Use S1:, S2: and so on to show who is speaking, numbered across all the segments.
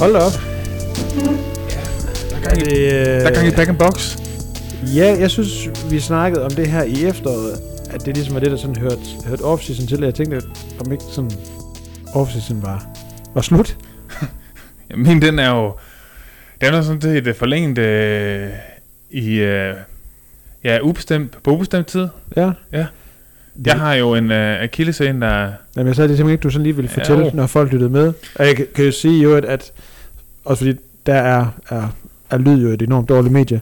S1: Hold da op. Der øh,
S2: gang i- Der er gang i back and box.
S1: Ja, jeg synes, vi snakkede om det her i efteråret, at det ligesom var det, der sådan hørte, hørte off-season til, og jeg tænkte, om ikke sådan off-season var, var slut.
S2: Jamen, den er jo... Den er sådan set øh, forlænget øh, i... Øh, ja, ubestemt, på ubestemt tid.
S1: Ja.
S2: Ja. Jeg har jo en øh, akillescene, der...
S1: Jamen, jeg sagde det simpelthen ikke, du sådan lige ville
S2: Ja,
S1: fortælle,
S2: jo.
S1: ja, når folk lyttede med. Og jeg kan- kan jo sige jo, at, at også fordi der er, er, er lyd jo et enormt dårligt medie,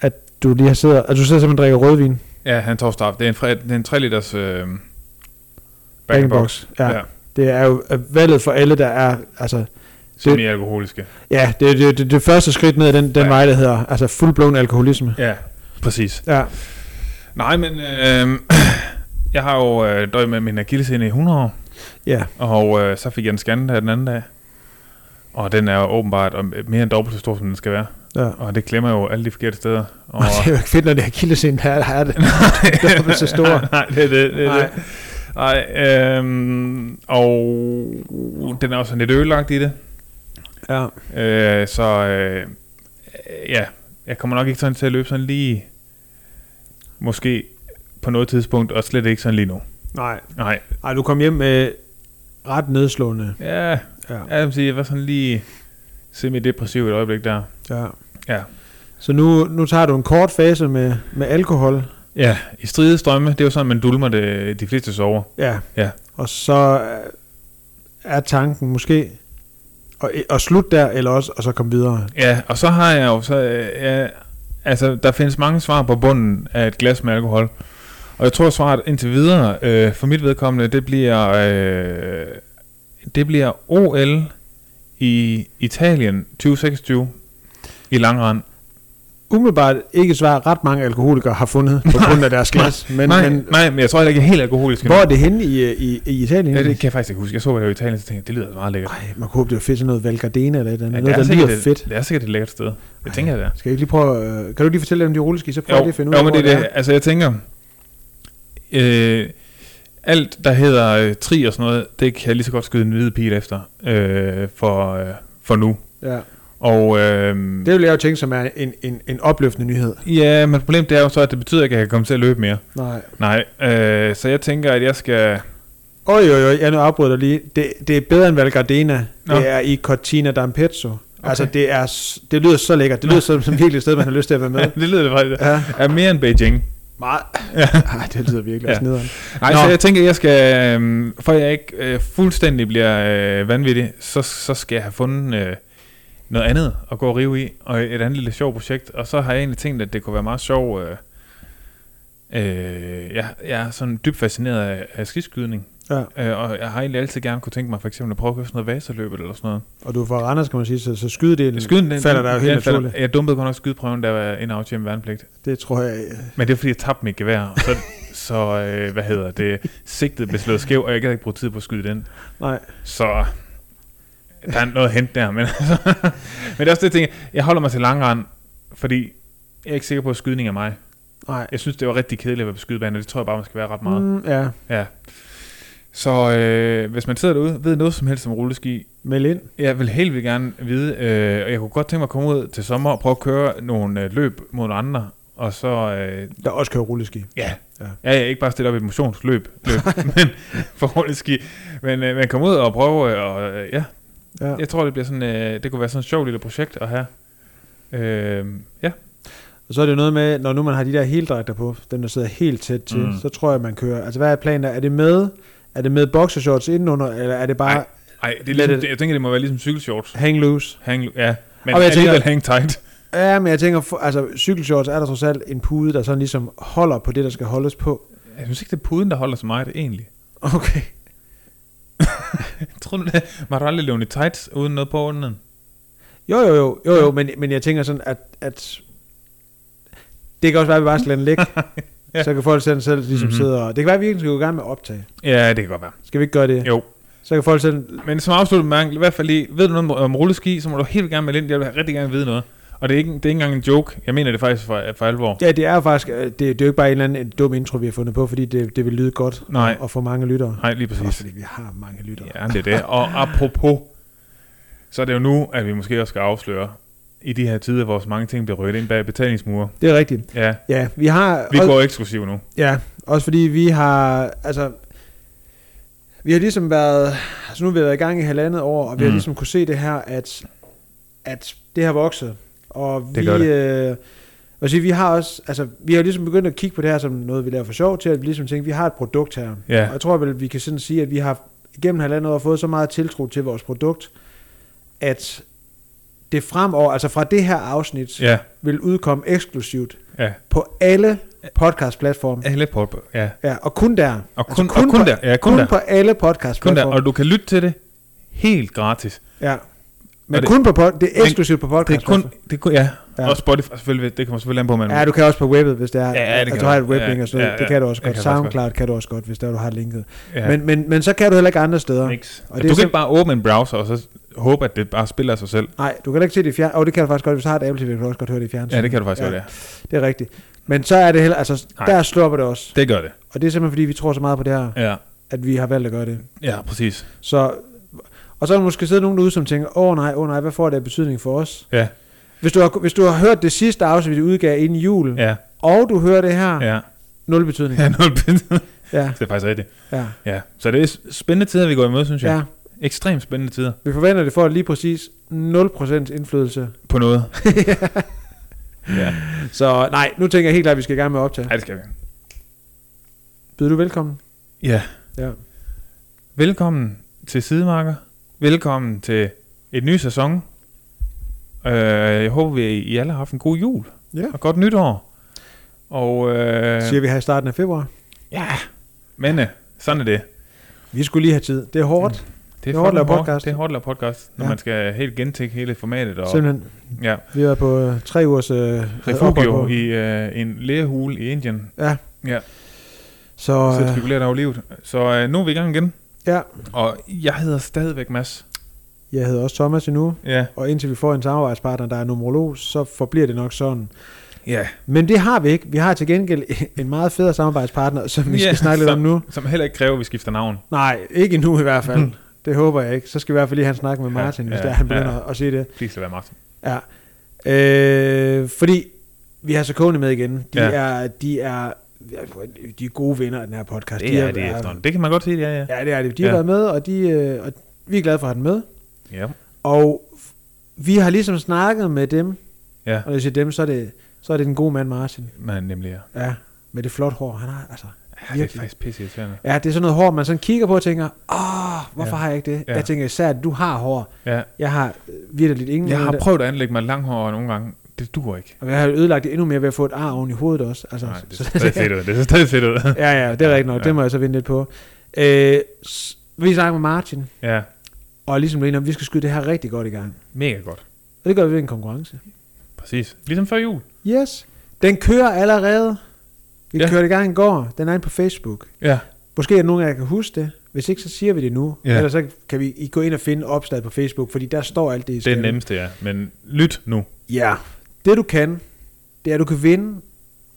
S1: at du lige har sidder, at du sidder simpelthen og drikker rødvin.
S2: Ja, han tog straf. Det er en, fre, det er en 3 liters... Øh,
S1: Back in box. Ja.
S2: Ja.
S1: ja. Det er jo er valget for alle, der er, altså,
S2: Semi-alkoholiske.
S1: ja, det er det, det, det, første skridt ned ad den, den
S2: Ja.
S1: ja. vej, der hedder, altså fuldblåen alkoholisme.
S2: Ja, præcis.
S1: Ja.
S2: Nej, men... Øh, jeg har jo øh, døjet med min akillescene i 100 år.
S1: Ja.
S2: Og øh, så fik jeg en scannet her den anden dag. Og den er jo åbenbart øh, mere end dobbelt så stor, som den skal være.
S1: ja.
S2: Og det klemmer jo alle de forkerte steder. Og,
S1: Og det er jo ikke fedt, når det er kildescenen, der er det. dobbelt så stor.
S2: nej, det er det. det, er
S1: Nej.
S2: det. Nej, øhm, og den er også sådan lidt ødelagt i det.
S1: Ja.
S2: Øh, så øh, ja, jeg kommer nok ikke sådan til at løbe sådan lige, måske på noget tidspunkt, og slet ikke sådan lige nu.
S1: Nej.
S2: Nej,
S1: Ej, du kom hjem med ret nedslående.
S2: ja,
S1: Ja.
S2: jeg vil sige, jeg var sådan lige semi-depressiv et øjeblik der.
S1: ja.
S2: Ja.
S1: Så nu, nu tager du en kort fase med, med alkohol.
S2: Ja, i stride strømme, det er jo sådan, man dulmer det, de fleste sover.
S1: Ja.
S2: Ja.
S1: Og så øh, er tanken måske at, at slutte der, eller også og så komme videre.
S2: Ja, og så har jeg jo så... Øh, ja, altså, der findes mange svar på bunden af et glas med alkohol. Og jeg tror, svaret indtil videre, øh, for mit vedkommende, det bliver... Øh, det bliver OL i Italien 2026 i langrand.
S1: Umiddelbart ikke et svar, ret mange alkoholikere har fundet på grund af deres glas. Men,
S2: nej,
S1: men
S2: nej, men jeg tror heller ikke, jeg er helt alkoholisk. endnu.
S1: hvor er det henne i, øh, i, i Italien?
S2: Ja, det kan jeg faktisk ikke huske. Jeg så, at det var i Italien, så tænkte jeg, det lyder meget lækkert.
S1: Ej, man kunne håbe, det var fedt sådan noget Valgardena eller et eller andet.
S2: Ja,
S1: Ja, noget, der
S2: sikkert,
S1: lyder
S2: et-
S1: fedt.
S2: det er sikkert et lækkert sted. Det
S1: Ej.
S2: tænker jeg, det er.
S1: Skal jeg ikke lige prøve at, Kan du ikke lige fortælle lidt om de rulleski, så prøver jeg lige at finde ud
S2: jo,
S1: af,
S2: men
S1: hvor
S2: det, er det. Altså, jeg tænker, øh, alt, der hedder øh, tri og sådan noget, det kan jeg lige så godt skyde en hvide pil efter øh, for, øh, for nu.
S1: er. Ja.
S2: Og øh,
S1: Det vil jeg jo tænke, som er en, en, en opløftende nyhed.
S2: ja, men problemet det er jo så, at det betyder ikke, at jeg kan komme til at løbe mere.
S1: Nej.
S2: Nej, øh, så jeg tænker, at jeg skal...
S1: Oj, oj, oj, jeg nu afbryder dig lige. Det, det er bedre end Valgardena.
S2: Nå.
S1: Det er i Cortina d'Ampezzo. Okay. Altså,
S2: Okay.
S1: det, er, s- det lyder så lækkert. Det lyder som, som virkelig et sted, man har lyst til at være med.
S2: det lyder det faktisk.
S1: Ja,
S2: Er mere end Beijing.
S1: meget.
S2: Ja.
S1: Ej, det lyder virkelig også
S2: Ja.
S1: nederen.
S2: Nej,
S1: Nå.
S2: så jeg tænker, at jeg skal... Øh, for jeg ikke øh, fuldstændig bliver øh, vanvittig, så, så skal jeg have fundet... Øh, noget andet at gå og rive i, og et andet lille sjovt projekt. Og så har jeg egentlig tænkt, at det kunne være meget sjovt. Øh, øh, jeg, jeg er sådan dybt fascineret af, af skiskydning,
S1: Ja.
S2: øh, og jeg har egentlig altid gerne kunne tænke mig for eksempel at prøve at købe sådan noget vaserløb eller sådan noget.
S1: Og du er fra Randers, kan man sige, så, så skydedelen
S2: Skyden, den,
S1: Mm. falder der jo helt
S2: den falder-
S1: naturligt.
S2: Jeg dumpede godt nok skydeprøven, der var ind og aftjent værnepligt.
S1: Det tror jeg... øh,
S2: Men det er fordi, jeg tabte mit gevær, og så, så øh, hvad hedder det, sigtet blev slået skæv, og jeg kan ikke bruge tid på at skyde den.
S1: Nej.
S2: Så der er noget at hente der, men, altså, men det er også det, jeg tænker, jeg holder mig til langrand, fordi jeg er ikke sikker på, at skydning er mig.
S1: Nej.
S2: Jeg synes, det var rigtig kedeligt at være på skydebanen, og det tror jeg bare, man skal være ret meget. Mm.
S1: Mm, ja,
S2: Ja. Så øh, hvis man sidder derude, ved noget som helst om rulleski,
S1: meld ind.
S2: jeg vil helt vildt gerne vide, øh, og jeg kunne godt tænke mig at komme ud til sommer og prøve at køre nogle øh, løb mod nogle andre, og så, øh,
S1: Der også kører rulleski.
S2: ja,
S1: Ja.
S2: ja, ja, ikke bare stille op i et motionsløb, løb, men for rulleski, men, øh, men komme ud og prøve, øh, og øh, ja,
S1: Ja.
S2: jeg tror, det bliver sådan, øh, det kunne være sådan et sjovt lille projekt at have. Øh, ja.
S1: Og så er det jo noget med, når nu man har de der heldragter på, dem der sidder helt tæt til,
S2: Mm.
S1: mm. så tror jeg, man kører. Altså, hvad er planen? Er det med, er det med boxershorts indenunder, eller er det bare
S2: Ej. Ej, det
S1: Lad
S2: er ligesom,
S1: det-
S2: det, jeg tænker, det må være ligesom cykelshorts.
S1: hang loose?
S2: Hang, ja, men
S1: Og jeg tænker-
S2: alligevel hang tight.
S1: Ja, men jeg tænker, for, altså, cykelshorts er der trods alt en pude, der sådan ligesom holder på det, der skal holdes på.
S2: Jeg synes ikke, det er puden, der holder så meget, egentlig.
S1: Okay.
S2: Jeg tror, du det var du aldrig levende tights uden noget på ordenen.
S1: Jo, jo, jo, jo, jo men, men jeg tænker sådan, at, at Det kan også være, at vi bare skal lade den ligge. ja.
S2: Ja.
S1: Så kan folk selv, selv ligesom
S2: Mhm.
S1: mm-hmm. sidde og... Det kan være, at vi ikke skal gå i gang med at optage.
S2: Ja, det kan godt være.
S1: Skal vi ikke gøre det?
S2: Jo.
S1: Så kan folk selv...
S2: Men som afsluttet mærke, i hvert fald lige, ved du noget om, om rulleski, så må du helt gerne melde ind. Jeg vil rigtig gerne vide noget. Og det er ikke, det er ikke engang en joke. Jeg mener det faktisk for, for alvor.
S1: Ja, det er jo faktisk... øh, Det, det er jo ikke bare en eller anden dum intro, vi har fundet på, fordi det, det vil lyde godt
S2: Nej.
S1: og få mange lyttere.
S2: Nej, lige
S1: Også
S2: præcis.
S1: fordi vi har mange lyttere.
S2: Ja, det er det. Og apropos, så er det jo nu, at vi måske også skal afsløre, i de her tider, hvor så mange ting bliver rødt ind bag betalingsmure.
S1: Det er rigtigt.
S2: Ja,
S1: Ja, vi har...
S2: vi
S1: og-
S2: går eksklusiv nu.
S1: Ja, også fordi vi har, altså, vi har ligesom været, altså nu har vi været i gang i halvandet år, og vi mm. har
S2: Mm.
S1: ligesom kunne se det her, at, at det har vokset. Og
S2: Det
S1: vi,
S2: gør
S1: det. Øh, og sige, vi har også, altså, vi har jo ligesom begyndt at kigge på det her som noget, vi laver for sjov til, at vi ligesom tænker, vi har et produkt her.
S2: Ja.
S1: Og jeg tror vel, vi kan sådan sige, at vi har gennem halvandet år fået så meget tiltro til vores produkt, at det fremover, altså fra det her afsnit,
S2: Ja,
S1: vil udkomme eksklusivt
S2: ja.
S1: på alle podcastplatforme.
S2: Alle på, ja.
S1: Ja, og kun der.
S2: Og kun, altså, kun, og kun
S1: på,
S2: der. Ja, kun,
S1: kun
S2: der.
S1: på alle
S2: kun der.
S1: podcast-platformer.
S2: Og du kan lytte til det helt gratis.
S1: Ja. Men
S2: Og det-
S1: kun på pod, det er eksklusivt på
S2: Det er
S1: podcast.
S2: kun, det er kun ja.
S1: Ja.
S2: ja. Og Spotify selvfølgelig, det kommer selvfølgelig an på, man
S1: Ja, du kan også på webbet, hvis det er.
S2: Ja, ja,
S1: at
S2: det kan
S1: du har
S2: jeg.
S1: et weblink
S2: Ja,
S1: og sådan noget.
S2: ja,
S1: Det
S2: ja.
S1: kan du også
S2: Det
S1: godt.
S2: kan jeg faktisk godt.
S1: SoundCloud kan du også godt, hvis der du har linket.
S2: ja.
S1: Men, men, men så kan du heller ikke andre steder.
S2: Niks.
S1: Og
S2: Ja,
S1: det
S2: du
S1: er
S2: kan
S1: sim-
S2: ikke bare åbne en browser og så håbe, at det bare spiller af sig selv.
S1: Nej, du kan heller ikke se det i fjern. Og det kan du faktisk godt. Hvis du har et Apple TV, kan du også godt høre det i fjernsynet.
S2: Ja, det kan du faktisk
S1: Ja.
S2: ja. godt, ja.
S1: Det er rigtigt. Men så er det heller, altså,
S2: Nej.
S1: der slår det også.
S2: Det gør det.
S1: Og det er simpelthen, fordi vi tror så meget på det her,
S2: Ja,
S1: at vi har valgt at gøre det.
S2: ja præcis.
S1: Så, og så er der måske siddet nogen derude, som tænker, åh nej, åh nej, hvad får det af betydning for os?
S2: Ja.
S1: Hvis du har, hvis du har hørt det sidste afsnit, vi udgav inden jul,
S2: Ja,
S1: og du hører det her, ja.
S2: ja.
S1: nul betydning.
S2: ja nul pinde.
S1: Ja,
S2: det er faktisk rigtigt.
S1: ja,
S2: Ja, så det er s- spændende tider, vi går imod, synes jeg.
S1: ja.
S2: Ja. Ekstremt spændende tider
S1: Vi forventer, det får lige præcis 0% indflydelse.
S2: på noget. ja.
S1: Så nej, nu tænker jeg helt klart, at vi skal i gang med at optage.
S2: ja, det skal vi.
S1: Byder du velkommen?
S2: Ja.
S1: Ja.
S2: Velkommen til Sidemarker. Velkommen til et ny sæson. Øh, jeg håber, vi I alle har haft en god jul.
S1: Ja.
S2: Og godt nytår. Og øh,
S1: Siger vi her i starten af februar.
S2: ja, men øh, sådan er det.
S1: Vi skulle lige have tid. Det er hårdt,
S2: Det
S1: er hårdt at lave
S2: fucking hårdt.
S1: podcast.
S2: Det er hårdt at lave podcast, når
S1: Ja.
S2: man skal helt gentænke hele formatet. Og,
S1: simpelthen.
S2: ja,
S1: Vi har været på øh, tre ugers øh, ophold
S2: refugio
S1: på.
S2: i øh, en lægehule i Indien.
S1: Ja.
S2: Ja.
S1: Så
S2: Så
S1: øh,
S2: spekulerer der jo livet. Så øh, nu er vi i gang igen.
S1: ja,
S2: Og jeg hedder stadigvæk Mads.
S1: jeg hedder også Thomas endnu.
S2: Ja.
S1: Og indtil vi får en samarbejdspartner, der er numerolog, så forbliver det nok sådan.
S2: Ja.
S1: Men det har vi ikke. Vi har til gengæld en meget federe samarbejdspartner, som vi skal
S2: Ja,
S1: snakke lidt
S2: så-
S1: om nu.
S2: Som heller ikke kræver, at vi skifter navn.
S1: Nej, ikke endnu i hvert fald. det håber jeg ikke. Så skal vi i hvert fald lige have en snak med
S2: Mm. Ja,
S1: Martin, ja, hvis
S2: ja,
S1: der, han begynder
S2: ja.
S1: ja. at sige det.
S2: Please lad være Martin.
S1: Ja. Øh, fordi vi har så kone med igen. De, ja.
S2: Ja.
S1: er, de, er, de er gode venner af den her podcast.
S2: Det er det efterhånden. Det kan man godt sige, det er, ja.
S1: Ja, det er det. De har ja.
S2: Ja.
S1: været med, og, de, øh, og vi er glade for at have dem med.
S2: Ja.
S1: Og f- vi har ligesom snakket med dem,
S2: Ja,
S1: og når jeg siger dem, så er det, så er det den gode mand Martin.
S2: man nemlig er.
S1: Ja, med det flot hår. Han har, altså,
S2: Ja, det er
S1: Virkelig.
S2: faktisk pisse irriterende.
S1: ja, det er sådan noget hår, man sådan kigger på og tænker, åh, hvorfor
S2: Ja.
S1: har jeg ikke det? Ja.
S2: Ja.
S1: Jeg tænker især, at du har hår.
S2: Ja.
S1: Jeg har øh, virkelig ingen
S2: Jeg
S1: af
S2: har
S1: det.
S2: prøvet at anlægge mig langhåret nogle gange. Det dur ikke.
S1: Og jeg har ødelagt det endnu mere ved at få et ar oven i hovedet også. Altså,
S2: Nej, det
S1: så-
S2: ser stadig fedt ud. Det ser stadig fedt ud.
S1: ja, ja, det er rigtigt nok. Ja.
S2: Ja.
S1: Det må jeg så vente lidt på. Øh, s- vi snakker med Martin,
S2: Ja,
S1: og ligesom blev enige om, vi skal skyde det her rigtig godt i gang.
S2: mega godt.
S1: Og det gør vi ved en konkurrence.
S2: Præcis. Ligesom før jul.
S1: Yes. Den kører allerede. Vi ja.
S2: Ja.
S1: kørte i gang i går. Den er inde på Facebook.
S2: Ja.
S1: Måske er der nogen af jer, der kan huske det. Hvis ikke, så siger vi det nu. Ja.
S2: Ja.
S1: Ellers så kan vi I gå ind og finde opslaget på Facebook, fordi der står alt det, I
S2: Det er
S1: skal.
S2: det nemmeste, ja. Men lyt nu.
S1: Ja. Det du kan, det er, at du kan vinde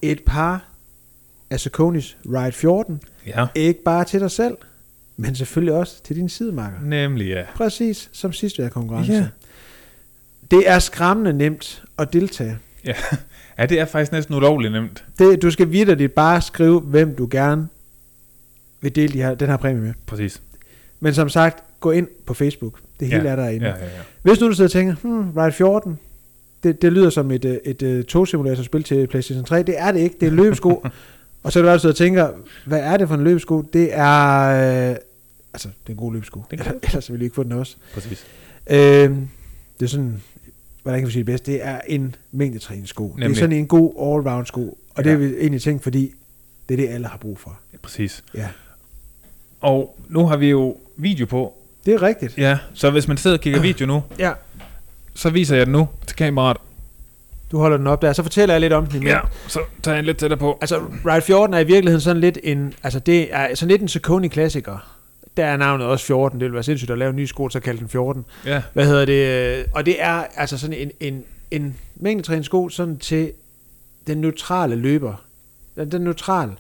S1: et par af Seconis Ride 14.
S2: Ja.
S1: Ikke bare til dig selv, men selvfølgelig også til dine sidemarker.
S2: Nemlig, ja.
S1: Præcis som sidst ved konkurrence.
S2: Ja.
S1: Det er skræmmende nemt at deltage.
S2: Ja. ja, det er faktisk næsten ulovligt nemt.
S1: Det, du skal vidderligt bare skrive, hvem du gerne vil dele de her, den her præmie med.
S2: Præcis.
S1: Men som sagt, gå ind på Facebook. Det hele
S2: ja.
S1: er derinde.
S2: Ja, ja, ja.
S1: Hvis nu du sidder og tænker, hmm, Ride 14, det, det lyder som et, øh, et, et togsimulatorspil til PlayStation 3. Det er det ikke. Det er løbesko. og så er du også og tænker, hvad er det for en løbesko? Det er... Øh, altså, det er en god løbesko.
S2: Det er
S1: Ellers- Ellers ville vi ikke få den også.
S2: Præcis.
S1: Øh, det er sådan, hvordan kan vi sige det bedst? Det er en mængdetræningssko. Det er
S2: Nemlig.
S1: sådan en god all-round sko. Og det
S2: Ja.
S1: er vi egentlig tænkt, fordi det er det, alle har brug for.
S2: Ja, Præcis.
S1: Ja.
S2: Og nu har vi jo video på.
S1: Det er rigtigt.
S2: Ja. Så hvis man sidder og kigger video nu,
S1: Ja.
S2: så viser jeg den nu til kameraet.
S1: Du holder den op der, så fortæller jeg lidt om den.
S2: Ja,
S1: imens.
S2: så tager jeg lidt tættere på.
S1: Altså, Ride 14 er i virkeligheden sådan lidt en, altså det er sådan lidt en Saucony-klassiker. Der er navnet også 14, det ville være sindssygt at lave en ny sko, så kalde den 14.
S2: Ja,
S1: Hvad hedder det? øh, Og det er altså sådan en, en, en mængdetrænet sko sådan til den neutrale løber. Den, den neutrale.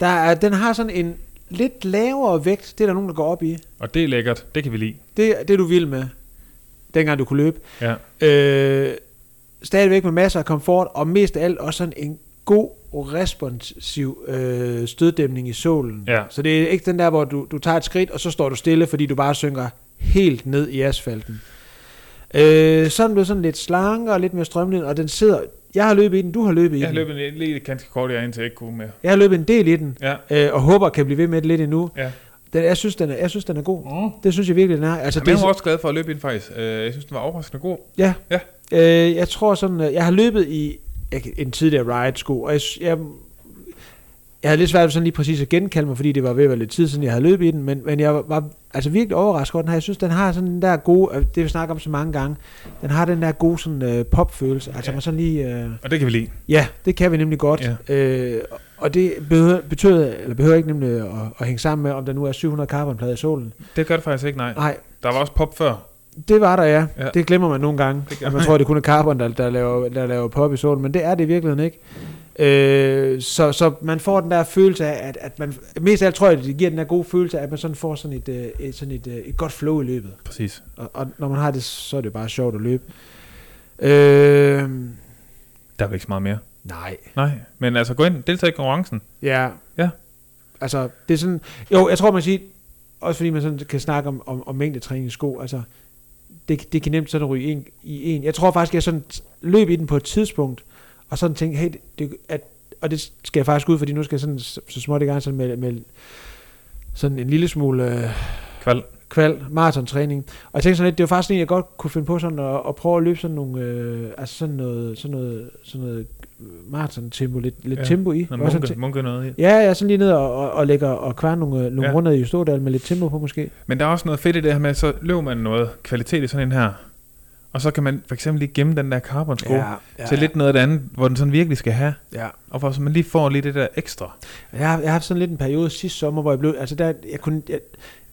S1: Der er, den har sådan en lidt lavere vægt, det er der nogen, der går op i.
S2: og det er lækkert. Det kan vi lide.
S1: Det, det er du vild med, dengang du kunne løbe.
S2: Ja.
S1: Øh, stadigvæk med masser af komfort, og mest af alt også sådan en god og responsiv øh, støddæmning i solen.
S2: Ja.
S1: Så det er ikke den der, hvor du, du tager et skridt, og så står du stille, fordi du bare synker helt ned i asfalten. Øh, sådan blev sådan lidt slankere, lidt mere strømlignet, og den sidder... Jeg har løbet i den, du har løbet i
S2: Jeg har
S1: den.
S2: løbet lidt- lige ganske kort, jeg indtil jeg ikke kunne mere.
S1: Jeg har løbet en del i den,
S2: Ja,
S1: øh, og håber kan blive ved med det lidt endnu.
S2: ja.
S1: Den, jeg, synes, den er, jeg synes, den er god.
S2: Mm.
S1: Det synes jeg virkelig, den er.
S2: Så
S1: Altså,
S2: Jamen, jeg
S1: det,
S2: var også glad for at løbe ind, faktisk. Øh, Jeg synes, den var overraskende god.
S1: Ja.
S2: Ja.
S1: Øh, jeg tror sådan, øh, jeg har løbet i jeg kan- en tidligere Riot-sko, og jeg, s- jeg, jeg havde lidt svært ved sådan lige præcis at genkalde mig, fordi det var ved at være lidt tid siden, jeg havde løbet i den, men, men jeg var, var altså virkelig overrasket over den her. Jeg synes, den har sådan den der gode, og det vi snakker om så mange gange, den har den der gode sådan øh, popfølelse, altså
S2: Ja.
S1: man sådan lige, øh,
S2: Og det kan vi lide.
S1: ja, det kan vi nemlig godt. Øh, og det behøver, betyder, eller behøver ikke nemlig at, at hænge sammen med, om der nu er 700 carbonplader i solen.
S2: Det gør det faktisk ikke, nej.
S1: Nej,
S2: Der var også pop før.
S1: det var der, ja.
S2: Ja.
S1: ja. Det glemmer man nogle gange.
S2: Det gør
S1: At man tror, det kun er Carbon, der, der, laver, der laver pop i solen, men det er det i virkeligheden ikke. Øh, så, så man får den der følelse af, at, at man, mest af alt tror jeg, det giver den der gode følelse af, at man sådan får sådan et, øh, et, sådan et, øh, et godt flow i løbet.
S2: Præcis.
S1: Og, og når man har det, så er det bare sjovt at løbe. Øh,
S2: Der er vel ikke så meget mere.
S1: nej.
S2: Nej, men altså gå ind, deltag i konkurrencen.
S1: Ja.
S2: Ja.
S1: Altså, det er sådan... Jo, jeg tror, man siger... Også fordi man sådan kan snakke om, om, om mængdetræning i sko, altså... Det, det kan nemt sådan ryge en, i en. Jeg tror faktisk, jeg sådan løb i den på et tidspunkt, og sådan tænkte, hey, det, at, og det skal jeg faktisk ud, fordi nu skal jeg sådan så, så småt i gang sådan med, med sådan en lille smule øh,
S2: Kval.
S1: kval, maratontræning. Og jeg tænkte sådan lidt, det var faktisk en, jeg godt kunne finde på sådan at, at prøve at løbe sådan nogle, øh, altså sådan noget, sådan noget, sådan noget maratontempo, lidt, lidt
S2: Ja,
S1: ja, tempo i.
S2: Når
S1: Og sådan
S2: munke, munke noget i.
S1: Ja, ja, sådan lige ned og, og, og lægger og kværner nogle, øh, nogle
S2: Ja.
S1: ja. runder i Stordal med lidt tempo på måske.
S2: Men der er også noget fedt i det her med, så løber man noget kvalitet i sådan en her. Og så kan man for eksempel lige gemme den der carbon sko ja, ja, til lidt noget af det andet, hvor den sådan virkelig skal have.
S1: Ja.
S2: Og hvor så man lige får lige det der ekstra.
S1: Jeg har, jeg har haft sådan lidt en periode sidste sommer, hvor jeg blev, altså der, jeg kunne, jeg,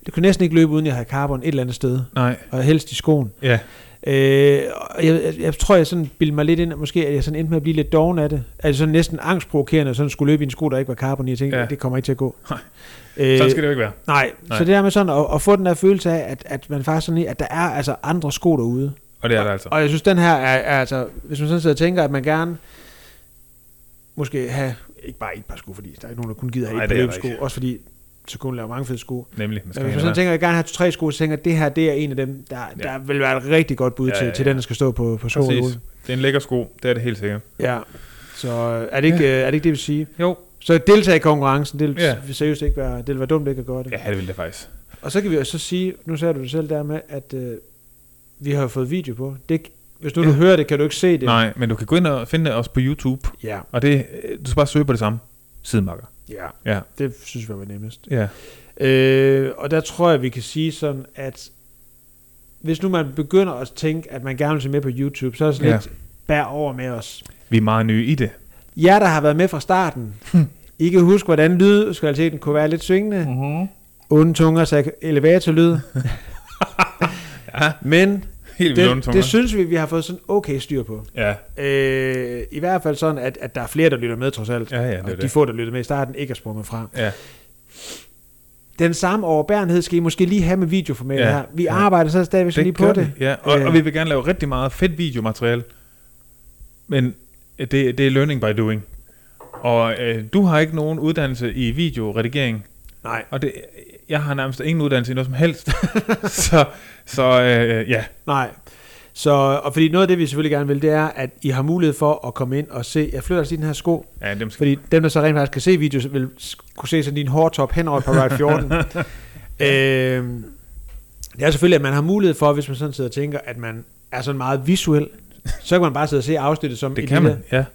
S1: jeg kunne næsten ikke løbe, uden jeg havde carbon et eller andet sted,
S2: Nej.
S1: og helst i skoen.
S2: Ja.
S1: Øh, og jeg, jeg, jeg, tror, jeg sådan bildte mig lidt ind, at måske at jeg sådan endte med at blive lidt doven af det. Altså sådan næsten angstprovokerende, at sådan skulle løbe i en sko, der ikke var carbon i. Jeg tænkte,
S2: Ja.
S1: ja. det kommer ikke til at gå.
S2: Nej.
S1: Øh,
S2: Sådan skal det jo ikke være.
S1: nej.
S2: Nej.
S1: nej, så det der med sådan at, at få den der følelse af, at, at man faktisk sådan, at der er altså andre sko derude,
S2: Og det er det altså.
S1: Og jeg synes, den her er, er altså, hvis man sådan sidder og tænker, at man gerne måske have, ikke bare et par sko, fordi der er ikke nogen, der kun gider have
S2: Nej,
S1: et par
S2: det er der
S1: løbesko, også fordi så kunne laver mange fede sko.
S2: Nemlig. Man
S1: Men hvis
S2: skal have
S1: man sådan
S2: noget.
S1: tænker, at jeg gerne have to-tre sko, så tænker jeg, at det her, det er en af dem, der,
S2: Ja.
S1: ja. der vil være et rigtig godt bud
S2: Ja,
S1: ja, til,
S2: ja,
S1: til
S2: ja.
S1: den, der skal stå på, på skoen.
S2: Præcis. Det er en lækker sko. Det er det helt sikkert.
S1: Ja. Så øh, er det, ikke, øh, er det ikke det, vi siger?
S2: Jo.
S1: Så deltage i konkurrencen, det vil
S2: Ja.
S1: ja. seriøst ikke være, det vil være dumt ikke at gøre det.
S2: Ja, det ville det faktisk.
S1: Og så kan vi jo så sige, nu sagde du det selv der med, at øh, vi har jo fået video på. Det, hvis nu
S2: Ja.
S1: ja. du hører det, kan du ikke se det.
S2: Nej, men du kan gå ind og finde os på YouTube.
S1: Ja,
S2: Og det, øh, du skal bare søge på det samme. Sidemarker.
S1: ja.
S2: Ja.
S1: Det synes jeg var nemmest.
S2: Ja.
S1: Øh, og der tror jeg, vi kan sige sådan, at hvis nu man begynder at tænke, at man gerne vil se med på YouTube, så er det sådan
S2: Ja.
S1: ja. lidt bær over med os.
S2: Vi er meget nye i det.
S1: Jer, der har været med fra starten, I kan huske, hvordan lydskvaliteten kunne være lidt svingende.
S2: Mm-hmm.
S1: Onde tunger sagde elevatorlyd.
S2: Ja.
S1: Men
S2: Helt vildt
S1: det,
S2: ondt,
S1: det
S2: Thomas.
S1: synes vi, vi har fået sådan okay styr på.
S2: Ja,
S1: Øh, I hvert fald sådan, at, at der er flere, der lytter med trods alt.
S2: ja, ja, det er
S1: og de
S2: det.
S1: få, der lytter med i starten, ikke er sprunget fra.
S2: Ja.
S1: den samme overbærenhed skal I måske lige have med videoformatet
S2: Ja,
S1: ja, her. Vi
S2: ja.
S1: ja. arbejder så stadigvæk lige på
S2: gør
S1: det. det.
S2: vi, Ja, og,
S1: Øh.
S2: og, vi vil gerne lave rigtig meget fedt videomateriale. Men øh, det, det er learning by doing. Og øh, du har ikke nogen uddannelse i videoredigering.
S1: Nej,
S2: Og det, øh, jeg har nærmest ingen uddannelse i noget som helst. så så øh, ja,
S1: nej. Så, og fordi noget af det, vi selvfølgelig gerne vil, det er, at I har mulighed for at komme ind og se. Jeg flytter altså lige den her sko,
S2: ja dem skal
S1: fordi dem, der så rent faktisk kan se video, vil s- kunne se sådan din hårdtop hen over på Ride 14. øhm, det er selvfølgelig, at man har mulighed for, hvis man sådan sidder og tænker, at man er sådan meget visuel, så kan man bare sidde og se afsnittet som
S2: Det
S1: et
S2: kan
S1: lille-
S2: man,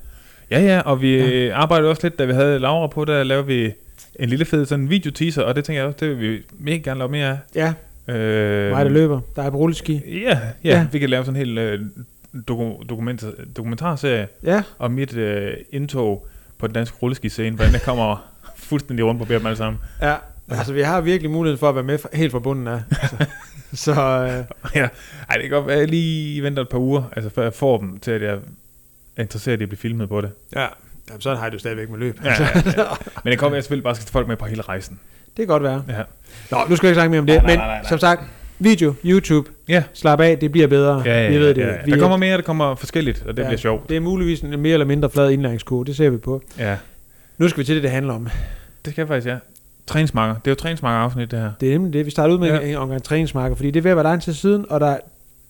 S2: ja. Ja, ja, og vi ja. arbejdede også lidt, da vi havde Laura på, der lavede vi en lille fed sådan video-teaser, og det tænker jeg også, det vil vi mega gerne lave mere af.
S1: Ja,
S2: Øh,
S1: mig der løber, der er på rulleski.
S2: Ja, ja, ja,
S1: Ja.
S2: vi kan lave sådan en hel øh, doku- dokumentar- dokumentarserie
S1: Ja,
S2: om mit øh, indtog på den danske rulleskiscene, hvordan jeg kommer fuldstændig rundt på bjerget alle sammen.
S1: ja. Altså, vi har virkelig muligheden for at være med fra- helt fra bunden af. Så, så øh,
S2: Ej, det kan godt være, at jeg lige venter et par uger, altså før jeg får dem til, at jeg er interesseret i at blive filmet på det.
S1: ja, Jamen, sådan har jeg det jo stadigvæk med løb.
S2: Ja, ja, ja. Men det kan godt være, at jeg selvfølgelig bare skal tage folk med på hele rejsen.
S1: Det kan godt være.
S2: Ja.
S1: Nå, nu skal jeg ikke snakke mere om det,
S2: Nej, nej,
S1: men
S2: nej, nej, nej.
S1: som sagt, video, YouTube,
S2: Ja.
S1: slap af, det bliver bedre.
S2: Ja, ja,
S1: Ah, vi ved
S2: ja,
S1: det.
S2: ja.
S1: Vi
S2: Der
S1: er-
S2: kommer mere, der kommer forskelligt, og det
S1: Ja.
S2: bliver sjovt.
S1: Det er muligvis en mere eller mindre flad indlæringskurve, det ser vi på.
S2: Ja.
S1: Nu skal vi til det, det handler om.
S2: Det skal jeg faktisk, ja. Træningsmarker. Det er jo træningsmarker-afsnit, det her.
S1: Det er nemlig det, vi starter ud med
S2: Ja.
S1: ja. en omgang træningsmarker, fordi det er ved at være lang tid siden, og der,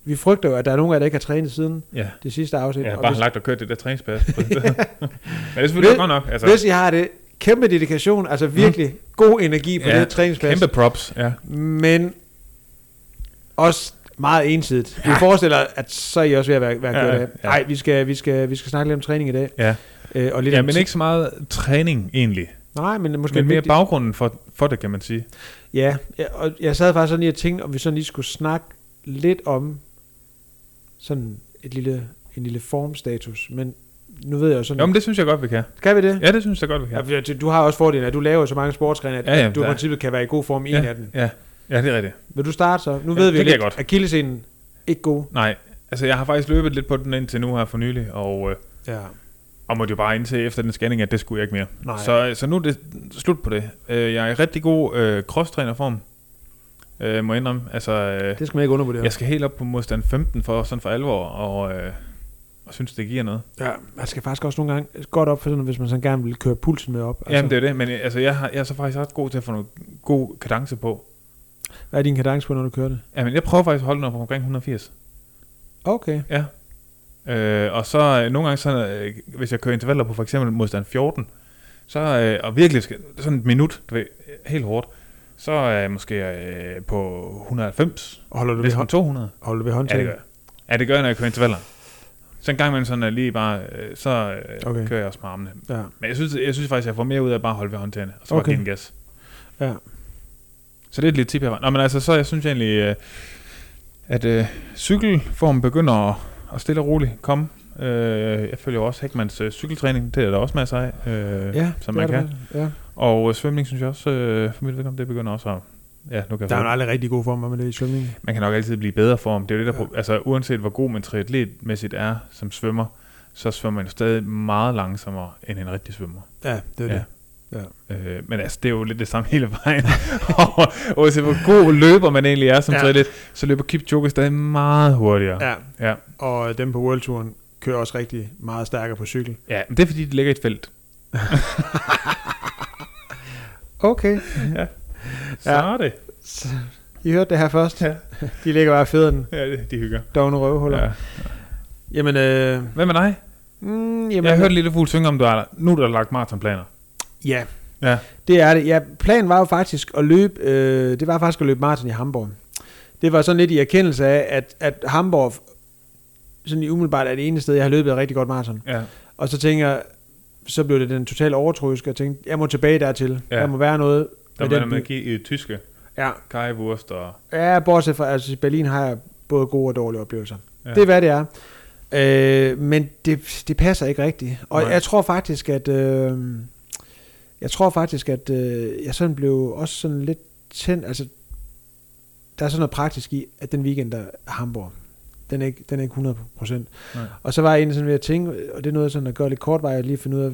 S1: vi frygter jo, at der er nogen af jer, der ikke har trænet siden
S2: Ja.
S1: det sidste afsnit.
S2: Jeg har
S1: og
S2: bare
S1: hvis,
S2: lagt og kørt det der træningspas. Men det er selvfølgelig
S1: Hvis-
S2: godt nok. Altså,
S1: hvis I har det, kæmpe dedikation, altså virkelig mm. god energi på
S2: Ja,
S1: ja, det træningsplads,
S2: kæmpe props. Ja.
S1: kæmpe. men også meget ensidigt. Ja. Vi forestiller, at så er I også ved at være, være
S2: Ja,
S1: ja, gjort af.
S2: ja.
S1: Nej, vi, skal, vi, skal, vi skal snakke lidt om træning i dag.
S2: Ja.
S1: Øh, og lidt
S2: ja,
S1: om
S2: men
S1: ti-
S2: ikke så meget træning egentlig.
S1: Nej, men måske
S2: Men mere
S1: vigtigt.
S2: baggrunden for, for det, kan man sige.
S1: Ja, ja, og jeg sad faktisk sådan lige og tænkte, om vi sådan lige skulle snakke lidt om sådan et lille, en lille formstatus, men nu ved jeg jo sådan...
S2: Jo, men det synes jeg godt, vi kan.
S1: Skal vi det?
S2: Ja, det synes jeg godt, vi
S1: Ja.
S2: kan.
S1: fordi Du har også fordelen, at du laver jo så mange sportsgrene, at
S2: Ja, ja,
S1: du i
S2: der-
S1: princippet kan være i god form i en af dem.
S2: ja. ja, det er rigtigt.
S1: Vil du starte så? Nu
S2: Ja,
S1: ved vi jo
S2: det kan jeg
S1: lidt,
S2: godt.
S1: Achillescenen ikke god.
S2: Nej, altså jeg har faktisk løbet lidt på den indtil nu her for nylig, og, øh,
S1: Ja.
S2: og måtte jo bare indse efter den scanning, at det skulle jeg ikke mere.
S1: Nej.
S2: Så, så nu er det slut på det. Øh, jeg er i rigtig god øh, cross-trænerform, øh, må jeg indrømme. Altså, øh,
S1: Det skal man ikke undervurdere.
S2: jeg skal helt op på modstand 15 for sådan for alvor, og, øh, og synes, det giver noget.
S1: Ja, man skal faktisk også nogle gange øh, godt op for sådan, hvis man sådan gerne vil køre pulsen med op.
S2: Altså. Jamen, det er det, men øh, altså, jeg, har, jeg er så faktisk ret god til at få noget god kadence på.
S1: Hvad er din kadence på, når du kører det?
S2: Jamen, jeg prøver faktisk at holde den op omkring 180.
S1: Okay.
S2: Ja. Øh, og så øh, nogle gange, så, øh, hvis jeg kører intervaller på for eksempel modstand 14, så, øh, og virkelig skal, sådan et minut, du ved, helt hårdt, så er jeg måske øh, på 190,
S1: Og holder du ved,
S2: næsten
S1: hånd,
S2: 200.
S1: holder du ved
S2: Ja,
S1: håndtaget?
S2: det gør jeg. Ja, det gør jeg, når jeg kører intervaller. Så en gang imellem sådan er lige bare, øh, så øh,
S1: Okay.
S2: okay. kører jeg også med armene.
S1: Ja.
S2: Men jeg synes, jeg synes faktisk, jeg får mere ud af at bare holde ved håndtagene, og så okay.
S1: Okay.
S2: bare give den gas.
S1: Ja.
S2: Så det er et lille tip, jeg var. Nå, men altså, så jeg synes egentlig, øh, at øh, cykelformen begynder at, at stille og roligt komme. Øh, jeg følger jo også Hækmans øh, cykeltræning, det er der også masser af, øh,
S1: ja,
S2: ja, som
S1: det
S2: man
S1: er
S2: kan.
S1: det faktisk. Ja.
S2: Og øh, svømning synes jeg også, øh, for mit vedkommende, det begynder også at... Ja, nu kan
S1: Der er
S2: jeg
S1: jo
S2: få-
S1: aldrig rigtig god form, hvad man det i svømning.
S2: man kan nok altid blive i bedre form. Det er jo det, der,
S1: Ja.
S2: ja. altså, uanset hvor god man triatletmæssigt er som svømmer, så svømmer man jo stadig meget langsommere end en rigtig svømmer.
S1: Ja, det er
S2: Ja.
S1: det.
S2: Øh, men altså, det er jo lidt det samme hele vejen. og uanset hvor god løber man egentlig er som
S1: Ja.
S2: ja. lidt, så løber Kipchoge stadig meget hurtigere.
S1: Ja.
S2: Ja.
S1: Og dem på Worldtouren kører også rigtig meget stærkere på cykel.
S2: ja. men det er fordi, det ligger i et felt.
S1: Okay.
S2: Så ja. er det.
S1: Så, I hørte det her først.
S2: Ja.
S1: De ligger bare federe end
S2: Ja, det, de hygger.
S1: dogne røvhuller. Ja.
S2: Ja.
S1: Jamen, øh,
S2: Hvad med dig?
S1: mm, jamen,
S2: Jamen, jeg har hørt Lille Fugl synge om, du har, nu er der lagt maratonplaner.
S1: Ja,
S2: Ja.
S1: det er det. Ja, planen var jo faktisk at løbe, øh, det var faktisk at løbe maraton i Hamburg. Det var sådan lidt i erkendelse af, at, at Hamburg sådan i umiddelbart er det ene sted, jeg har løbet et rigtig godt maraton.
S2: Ja.
S1: Og så tænker jeg, så blev det den totale overtroiske, og tænkte, jeg må tilbage dertil. Ja.
S2: Ja.
S1: Der må være noget.
S2: Der
S1: med
S2: var
S1: den
S2: man med
S1: by.
S2: at give i tyske
S1: Ja,
S2: kajewurst og...
S1: Ja, bortset fra, altså i Berlin har jeg både gode og dårlige oplevelser. Ja.
S2: Ja.
S1: Det er, hvad det er. Øh, men det, det passer ikke rigtigt. Og
S2: Nej.
S1: jeg tror faktisk, at... Øh, jeg tror faktisk, at øh, jeg sådan blev også sådan lidt tændt... Altså, der er sådan noget praktisk i, at den weekend, der er Hamburg, den er ikke, den er ikke 100 procent.
S2: Nej.
S1: Og så var jeg egentlig sådan ved at tænke, og det er noget sådan at gøre lidt kort, var jeg lige finde ud af,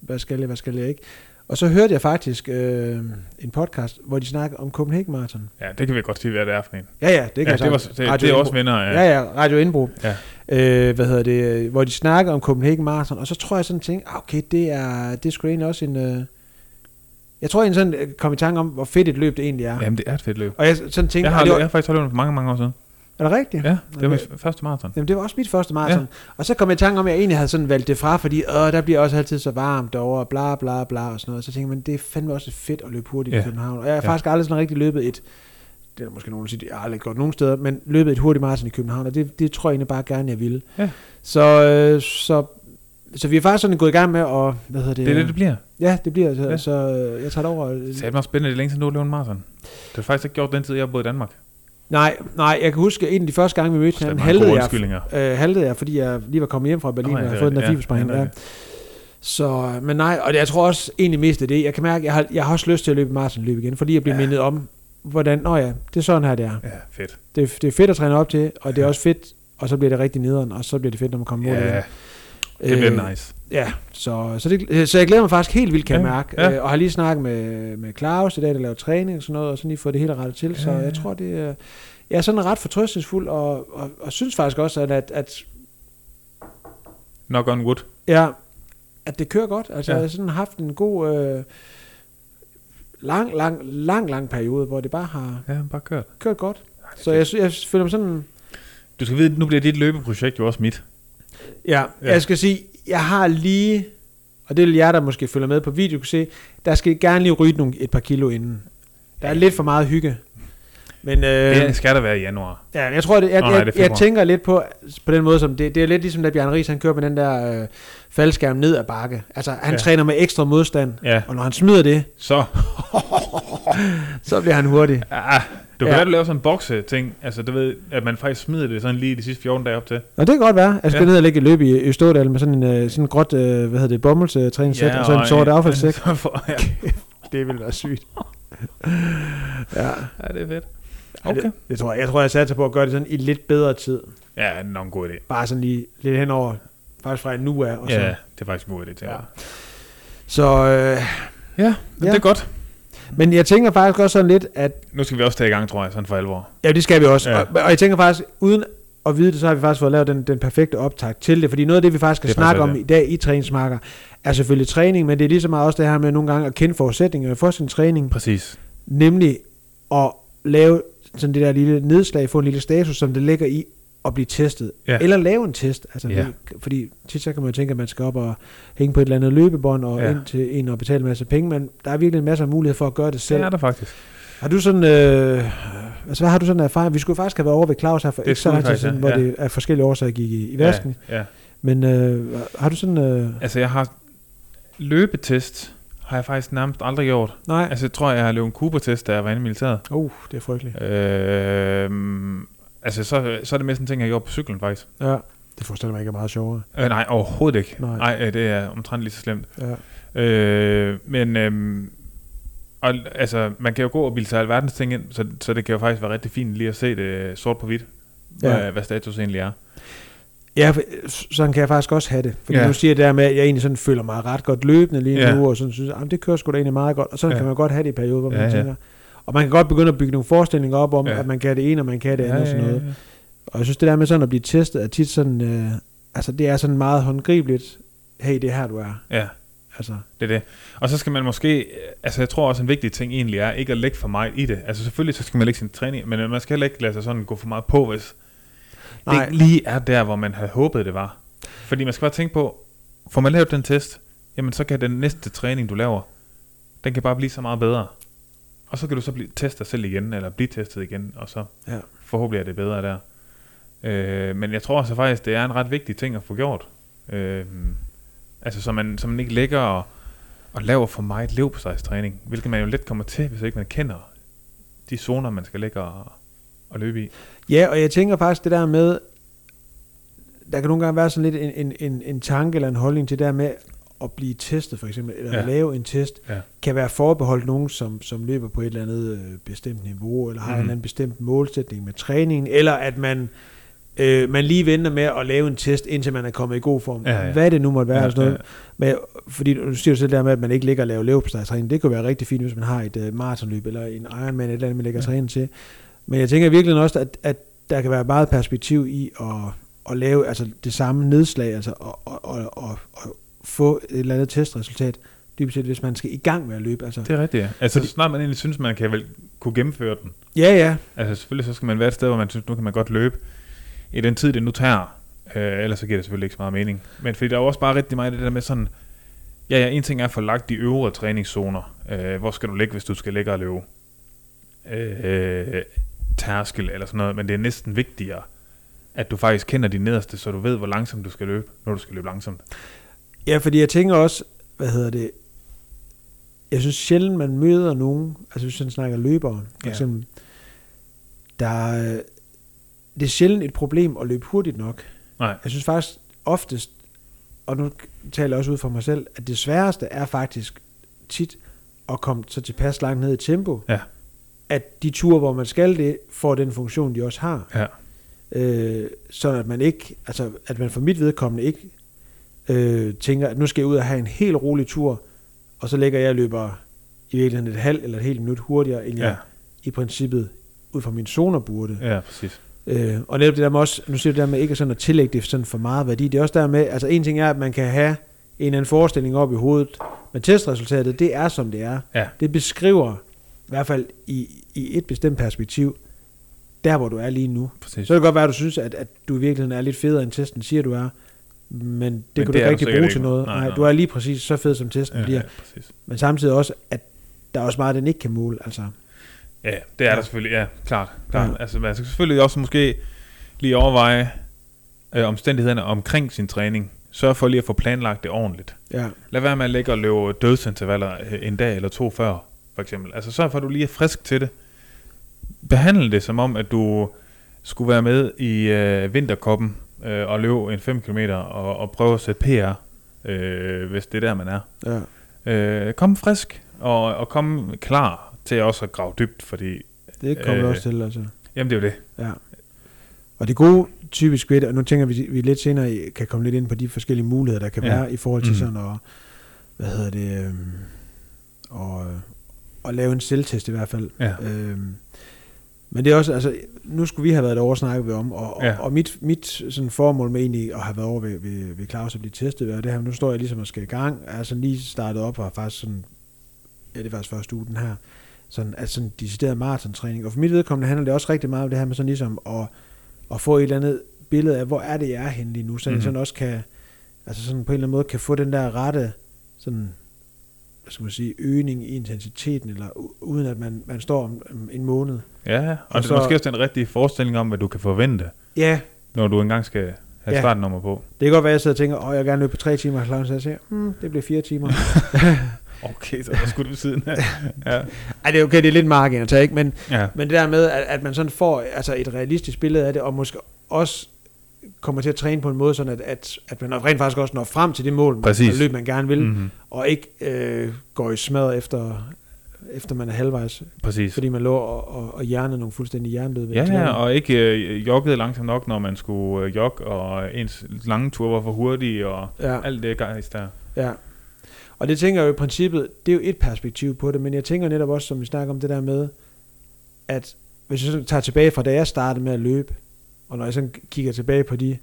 S1: hvad skal jeg, hvad skal jeg ikke. Og så hørte jeg faktisk øh, en podcast, hvor de snakkede om Copenhagen Marathon.
S2: Ja, det kan vi godt sige, hvad det er for en.
S1: Ja, ja, det kan
S2: ja,
S1: jeg
S2: det, var,
S1: sagtens.
S2: det,
S1: Radio
S2: det er
S1: Indbo.
S2: også vinder af...
S1: Ja, ja, Radio Indbro.
S2: Ja.
S1: Øh, hvad hedder det? øh, Hvor de snakker om Copenhagen Marathon, og så tror jeg sådan tænkte, ah, okay, det er, det er sgu egentlig også en... Øh, jeg tror, jeg sådan øh, kom i tanke om, hvor fedt et løb det egentlig er. Ja.
S2: Jamen, det er et fedt løb.
S1: Og jeg sådan tænkte,
S2: Jeg
S1: ah,
S2: har,
S1: det var,
S2: jeg har faktisk holdt løbet for mange, mange år siden.
S1: er det rigtigt?
S2: Ja, det var
S1: Okay.
S2: min første maraton.
S1: Jamen, det var også mit første maraton. Ja. Og så kom jeg i tanke om, at jeg egentlig havde sådan valgt det fra, fordi Åh, der bliver også altid så varmt over, og bla bla bla og sådan noget. Så tænkte man, det er fandme også fedt at løbe hurtigt ja. i
S2: Ja.
S1: København. Og jeg har ja.
S2: Ja.
S1: faktisk aldrig sådan rigtig løbet et, det er der måske nogen, der siger, det har jeg aldrig gjort nogen steder, men løbet et hurtigt maraton i København, og det, det tror jeg egentlig bare gerne, jeg ville.
S2: Ja.
S1: Så, øh, så, så vi er faktisk sådan gået i gang med at, hvad hedder det?
S2: Det er det, det bliver.
S1: Ja, det bliver, så, ja.
S2: Ja.
S1: så øh, jeg tager det over.
S2: Det er meget spændende, det er længe siden, du har løbet en maraton. Det har faktisk ikke gjort den tid, jeg har boet i Danmark.
S1: Nej, nej, jeg kan huske, en af de første gange, vi mødte
S2: Det er
S1: hinanden,
S2: mange gode
S1: haltede jeg,
S2: undskyldninger.
S1: øh, haltede jeg, fordi jeg lige var kommet hjem fra Berlin,
S2: Nå,
S1: Nå,
S2: ja,
S1: og
S2: det
S1: havde
S2: er
S1: fået den
S2: rigtigt.
S1: der
S2: Ja,
S1: fibersprængning
S2: ja, det er
S1: der. Så, men nej, og jeg tror også egentlig mest af det. Jeg kan mærke, jeg har, jeg har også lyst til at løbe maratonløb igen, fordi jeg bliver
S2: Ja.
S1: ja. mindet om, hvordan, nå ja, det er sådan her, det er.
S2: Ja, fedt.
S1: Det, er- det er fedt at træne op til, og det er også fedt, og så bliver det rigtig nederen, og så bliver det fedt, når man kommer mål
S2: Ja,
S1: igen.
S2: det bliver
S1: Øh,
S2: nice.
S1: Ja, så, så, det, så jeg glæder mig faktisk helt vildt, kan jeg
S2: Ja,
S1: mærke.
S2: ja.
S1: Ja. Og har lige snakket med, med Claus i dag, der laver træning og sådan noget, og sådan lige fået det hele rettet til. Ja. Så
S2: Ja, ja.
S1: jeg tror, det er, jeg er sådan ret fortrøstningsfuld, og, og, og synes faktisk også, at, at, at,
S2: Knock on wood.
S1: ja, at det kører godt. Altså,
S2: Ja.
S1: ja. jeg har sådan haft en god, øh, lang, lang, lang, lang periode, hvor det bare har
S2: Ja, bare kør.
S1: kørt godt. Så jeg, sy- jeg føler mig sådan...
S2: Du skal vide, nu bliver dit løbeprojekt jo også mit.
S1: Ja,
S2: Ja.
S1: ja, jeg skal sige, jeg har lige, og det vil jer, der måske følger med på video, kunne se, der skal gerne lige ryge nogle, et par kilo inden. Der er lidt for meget hygge. Men øh,
S2: Det
S1: ja,
S2: skal der være i januar.
S1: jeg tror, det, jeg,
S2: Nå,
S1: Nå,
S2: nej,
S1: nej,
S2: det er
S1: jeg, jeg
S2: februar.
S1: tænker lidt på, på den måde, som det, det er lidt ligesom, da Bjarne Ries, han kører med den der øh, faldskærm ned ad bakke. Altså, han
S2: Ja.
S1: ja. træner med ekstra modstand,
S2: Ja,
S1: og når han smider det,
S2: så.
S1: så bliver han hurtig.
S2: Ah, du kan
S1: Ja.
S2: ja. lave sådan en bokse-ting. Altså, du ved, at man faktisk smider det sådan lige de sidste 14 dage op til.
S1: Nå, det kan godt være. Jeg skal
S2: Ja.
S1: ja. ned og lægge et løb i Østådal med sådan en, øh, sådan en gråt, øh, hvad hedder det, bommelstræningssæt, ja, og så en sort affaldssæk.
S2: så får- ja.
S1: Det vil være sygt. ja.
S2: ja, det er fedt.
S1: Ej,
S2: Okay.
S1: Det, det tror jeg. Jeg tror, jeg satte på at gøre det sådan i lidt bedre tid.
S2: Ja, det er nok en god idé.
S1: Bare sådan lige lidt henover, faktisk fra nu af. Og så.
S2: Ja, det er faktisk en god idé, tænker
S1: Ja.
S2: jeg.
S1: Så, øh,
S2: Ja, ja,
S1: Ja.
S2: det er godt.
S1: men jeg tænker faktisk også sådan lidt, at
S2: Nu skal vi også tage i gang, tror jeg, sådan for alvor.
S1: ja, det skal vi også.
S2: Ja.
S1: Ja. Og, og, jeg tænker faktisk, uden at vide det, så har vi faktisk fået lavet den, den perfekte optakt til det. Fordi noget af det, vi faktisk skal
S2: Det er
S1: snakke
S2: faktisk
S1: om
S2: det.
S1: i dag i træningsmarker, er selvfølgelig træning, men det er lige så meget også det her med nogle gange at kende forudsætningerne for sin træning.
S2: Præcis.
S1: Nemlig at lave sådan det der lille nedslag, få en lille status, som det ligger i at blive testet.
S2: Ja.
S1: Eller lave en test. Altså,
S2: Ja.
S1: ja. Fordi tit så kan man jo tænke, at man skal op og hænge på et eller andet løbebånd og
S2: Ja.
S1: ja. ind til en og betale en masse penge, men der er virkelig en masse mulighed for at gøre det
S2: Det
S1: selv.
S2: er der faktisk.
S1: Har du sådan, øh, altså hvad har du sådan af erfaring? Vi skulle faktisk have været over ved Claus her for
S2: Det
S1: ikke så
S2: skulle vi
S1: lang tid
S2: faktisk,
S1: siden,
S2: ja.
S1: hvor
S2: Ja.
S1: det af forskellige årsager gik i, i vasken. Ja.
S2: Ja, ja.
S1: Men øh, har du sådan, øh,
S2: Altså, jeg har løbetest har jeg faktisk nærmest aldrig gjort.
S1: nej,
S2: Altså, jeg tror, jeg har løbet en Cooper-test, da jeg var inde i militæret.
S1: uh, det er frygteligt.
S2: Øh, altså, så, så er det mest en ting, jeg gjorde på cyklen, faktisk.
S1: Ja, det forestiller mig ikke er meget sjovere.
S2: Øh, nej, overhovedet ikke.
S1: Nej.
S2: nej, øh, det er omtrent lige så slemt.
S1: Ja.
S2: Øh, men, øh, og, altså, man kan jo gå og bilde sig alverdens ting ind, så, så det kan jo faktisk være rigtig fint lige at se det sort på hvidt, ja.
S1: Ja.
S2: hvad, hvad status egentlig er.
S1: Ja, for- sådan kan jeg faktisk også have det. Fordi
S2: Ja.
S1: ja. nu siger jeg det der med, at jeg egentlig sådan føler mig ret godt løbende lige
S2: Ja.
S1: ja. nu, og sådan synes, at det kører sgu da egentlig meget godt. Og sådan
S2: Ja.
S1: ja. kan man godt have det i perioder, hvor man
S2: Ja, ja.
S1: ja, tænker. Og man kan godt begynde at bygge nogle forestillinger op om,
S2: Ja.
S1: ja. at man kan det ene, og man kan det andet og sådan noget.
S2: ja.
S1: Og jeg synes, det der med sådan at blive testet, er tit sådan, øh, altså det er sådan meget håndgribeligt, hey, det er her, du er.
S2: ja.
S1: Altså,
S2: Det er det. Og så skal man måske, øh, altså jeg tror også en vigtig ting egentlig er, ikke at lægge for meget i det. Altså selvfølgelig så skal man lægge sin træning, men man skal heller ikke lade sig sådan gå for meget på, hvis Nej. det
S1: Nej.
S2: ikke lige er der, hvor man havde håbet det var. Fordi man skal bare tænke på, får man lavet den test, jamen så kan den næste træning, du laver, den kan bare blive så meget bedre. Og så kan du så blive, teste dig selv igen, eller blive testet igen, og så
S1: ja.
S2: forhåbentlig er det bedre der. Øh, men jeg tror så faktisk, det er en ret vigtig ting at få gjort. Øh, altså, så man, så man ikke ligger og, og laver for meget løbsejstræning, hvilket man jo let kommer til, hvis ikke man kender de zoner, man skal ligge og, og løbe i.
S1: Ja, og jeg tænker faktisk det der med, der kan nogle gange være sådan lidt en, en, en, en tanke eller en holdning til det der med at blive testet for eksempel, eller
S2: Ja.
S1: ja. at lave en test,
S2: Ja.
S1: kan være forbeholdt nogen, som, som løber på et eller andet øh, bestemt niveau, eller har
S2: Mhm.
S1: en eller anden bestemt målsætning med træningen, eller at man, øh, man lige venter med at lave en test, indtil man er kommet i god form.
S2: Ja, ja.
S1: Hvad det nu måtte være.
S2: Ja,
S1: Ja, sådan noget.
S2: ja.
S1: Men, fordi du siger jo selv det der med, at man ikke ligger og laver løbstræning. Det kunne være rigtig fint, hvis man har et øh, maratonløb, eller en Ironman, et eller andet, man lægger
S2: Ja.
S1: ja. træning til. Men jeg tænker virkelig også, at, at der kan være meget perspektiv i at, at lave altså, det samme nedslag, altså og, og, og, og, og få et eller andet testresultat, dybest set, hvis man skal i gang med at løbe. Altså,
S2: Det er rigtigt, ja. Altså,
S1: Fordi-
S2: så snart man egentlig synes, man kan vel kunne gennemføre den.
S1: ja, ja,
S2: Altså, selvfølgelig så skal man være et sted, hvor man synes, nu kan man godt løbe i den tid, det nu tager. Øh, ellers så giver det selvfølgelig ikke så meget mening. Men fordi der er jo også bare rigtig meget af det der med sådan, ja, ja, en ting er at få lagt de øvre træningszoner. Øh, hvor skal du ligge, hvis du skal ligge og løbe? Øh, øh, tærskel eller sådan noget, men det er næsten vigtigere, at du faktisk kender de nederste, så du ved, hvor langsomt du skal løbe, når du skal løbe langsomt.
S1: Ja, fordi jeg tænker også, hvad hedder det, jeg synes sjældent, man møder nogen, altså hvis man snakker løbere, for
S2: Ja.
S1: ja. eksempel, der, øh, det er sjældent et problem at løbe hurtigt nok.
S2: Nej.
S1: Jeg synes faktisk oftest, og nu taler jeg også ud for mig selv, at det sværeste er faktisk tit at komme så tilpas langt ned i tempo,
S2: Ja.
S1: at de ture, hvor man skal det, får den funktion, de også har.
S2: Ja.
S1: Øh, sådan at man ikke, altså at man for mit vedkommende ikke øh, tænker, at nu skal jeg ud og have en helt rolig tur, og så ligger jeg og løber i virkeligheden et halvt eller et helt minut hurtigere, end jeg
S2: Ja.
S1: i princippet ud fra mine zoner burde.
S2: Ja, præcis.
S1: Øh, og netop det der med også, nu siger du det der med ikke sådan at tillægge det sådan for meget værdi, det er også der med, altså en ting er, at man kan have en eller anden forestilling op i hovedet, men testresultatet, det er som det er.
S2: Ja.
S1: Det beskriver, i hvert fald i, i et bestemt perspektiv, der hvor du er lige nu.
S2: præcis.
S1: Så kan det godt være, at du synes, at, at du i virkeligheden er lidt federe, end testen siger, du er. Men det
S2: Men
S1: kan du
S2: det
S1: ikke
S2: er du
S1: rigtig
S2: sikkert
S1: bruge
S2: ikke.
S1: til noget.
S2: Nej,
S1: Nej,
S2: nej.
S1: du er lige præcis så fed, som testen
S2: ja,
S1: bliver.
S2: ja, præcis.
S1: Men samtidig også, at der er også meget, den ikke kan måle. Altså,
S2: Ja, ja, det er der selvfølgelig. Ja, klart. klart. Ja. Altså, man skal selvfølgelig også måske lige overveje øh, omstændighederne omkring sin træning. Sørg for lige at få planlagt det ordentligt.
S1: ja.
S2: Lad være med at ligge og løbe dødsintervaller øh, en dag eller to før, for eksempel. Altså, sørg for, at du lige er frisk til det. Behandle det som om, at du skulle være med i øh, vinterkoppen øh, og løbe en 5 km og, og prøve at sætte PR, øh, hvis det er der, man er.
S1: ja.
S2: Øh, kom frisk og, og kom klar til også at grave dybt, fordi
S1: Det kommer øh,
S2: Øh.
S1: også til, altså.
S2: jamen det er jo det.
S1: Ja. Og det gode typisk ved det, og nu tænker vi, vi lidt senere i- kan komme lidt ind på de forskellige muligheder, der kan
S2: Ja.
S1: ja. være i forhold til
S2: Mm.
S1: mm. sådan at, hvad hedder det, øhm, og, og lave en selvtest i hvert fald.
S2: Ja.
S1: Øhm, men det er også, altså, nu skulle vi have været derovre og snakket om, og, og,
S2: Ja.
S1: ja. og mit, mit sådan formål med egentlig at have været over ved, ved, ved Claus og blive testet, og det her, nu står jeg ligesom og skal i gang, er sådan lige startet op og har faktisk sådan, ja, det er faktisk første uge den her, sådan, altså sådan decideret maratontræning. Og for mit vedkommende handler det også rigtig meget om det her med sådan ligesom at, at få et eller andet billede af, hvor er det, jeg er henne lige nu, så mm.
S2: Mhm.
S1: jeg sådan også kan, altså sådan på en eller anden måde, kan få den der rette, sådan, hvad skal man sige, øgning i intensiteten, eller u- uden at man, man står om, om en måned.
S2: Ja, og, og
S1: Og
S2: det
S1: så-
S2: er måske også den rigtige forestilling om, hvad du kan forvente,
S1: Ja,
S2: når du engang skal have ja.
S1: Ja.
S2: startnummer på.
S1: det kan godt være, at jeg sidder og tænker, åh, jeg vil gerne løbe på tre timer, og Claus han siger, hmm, det bliver fire timer.
S2: Okay, så er der skudt ved siden af. ja.
S1: Ej, det er okay, det er lidt margen at tage, ikke? Men,
S2: ja,
S1: Men det der med, at, at man sådan får altså et realistisk billede af det, og måske også kommer til at træne på en måde, sådan at, at, at man rent faktisk også når frem til det mål,
S2: Præcis.
S1: man, løb, man gerne vil, mm.
S2: mm-hmm.
S1: og ikke øh, går i smadret efter, efter man er halvvejs,
S2: præcis.
S1: fordi man lå og, og, og hjernede nogle fuldstændig jernlød.
S2: Ja, ja, og ikke øh, joggede langsomt nok, når man skulle øh, jogge, og ens lange tur var for hurtig, og
S1: ja,
S2: alt det gejst der.
S1: ja. Og det tænker jeg jo i princippet, det er jo et perspektiv på det, men jeg tænker netop også, som vi snakker om det der med, at hvis jeg sådan tager tilbage fra, da jeg startede med at løbe, og når jeg sådan kigger tilbage på de,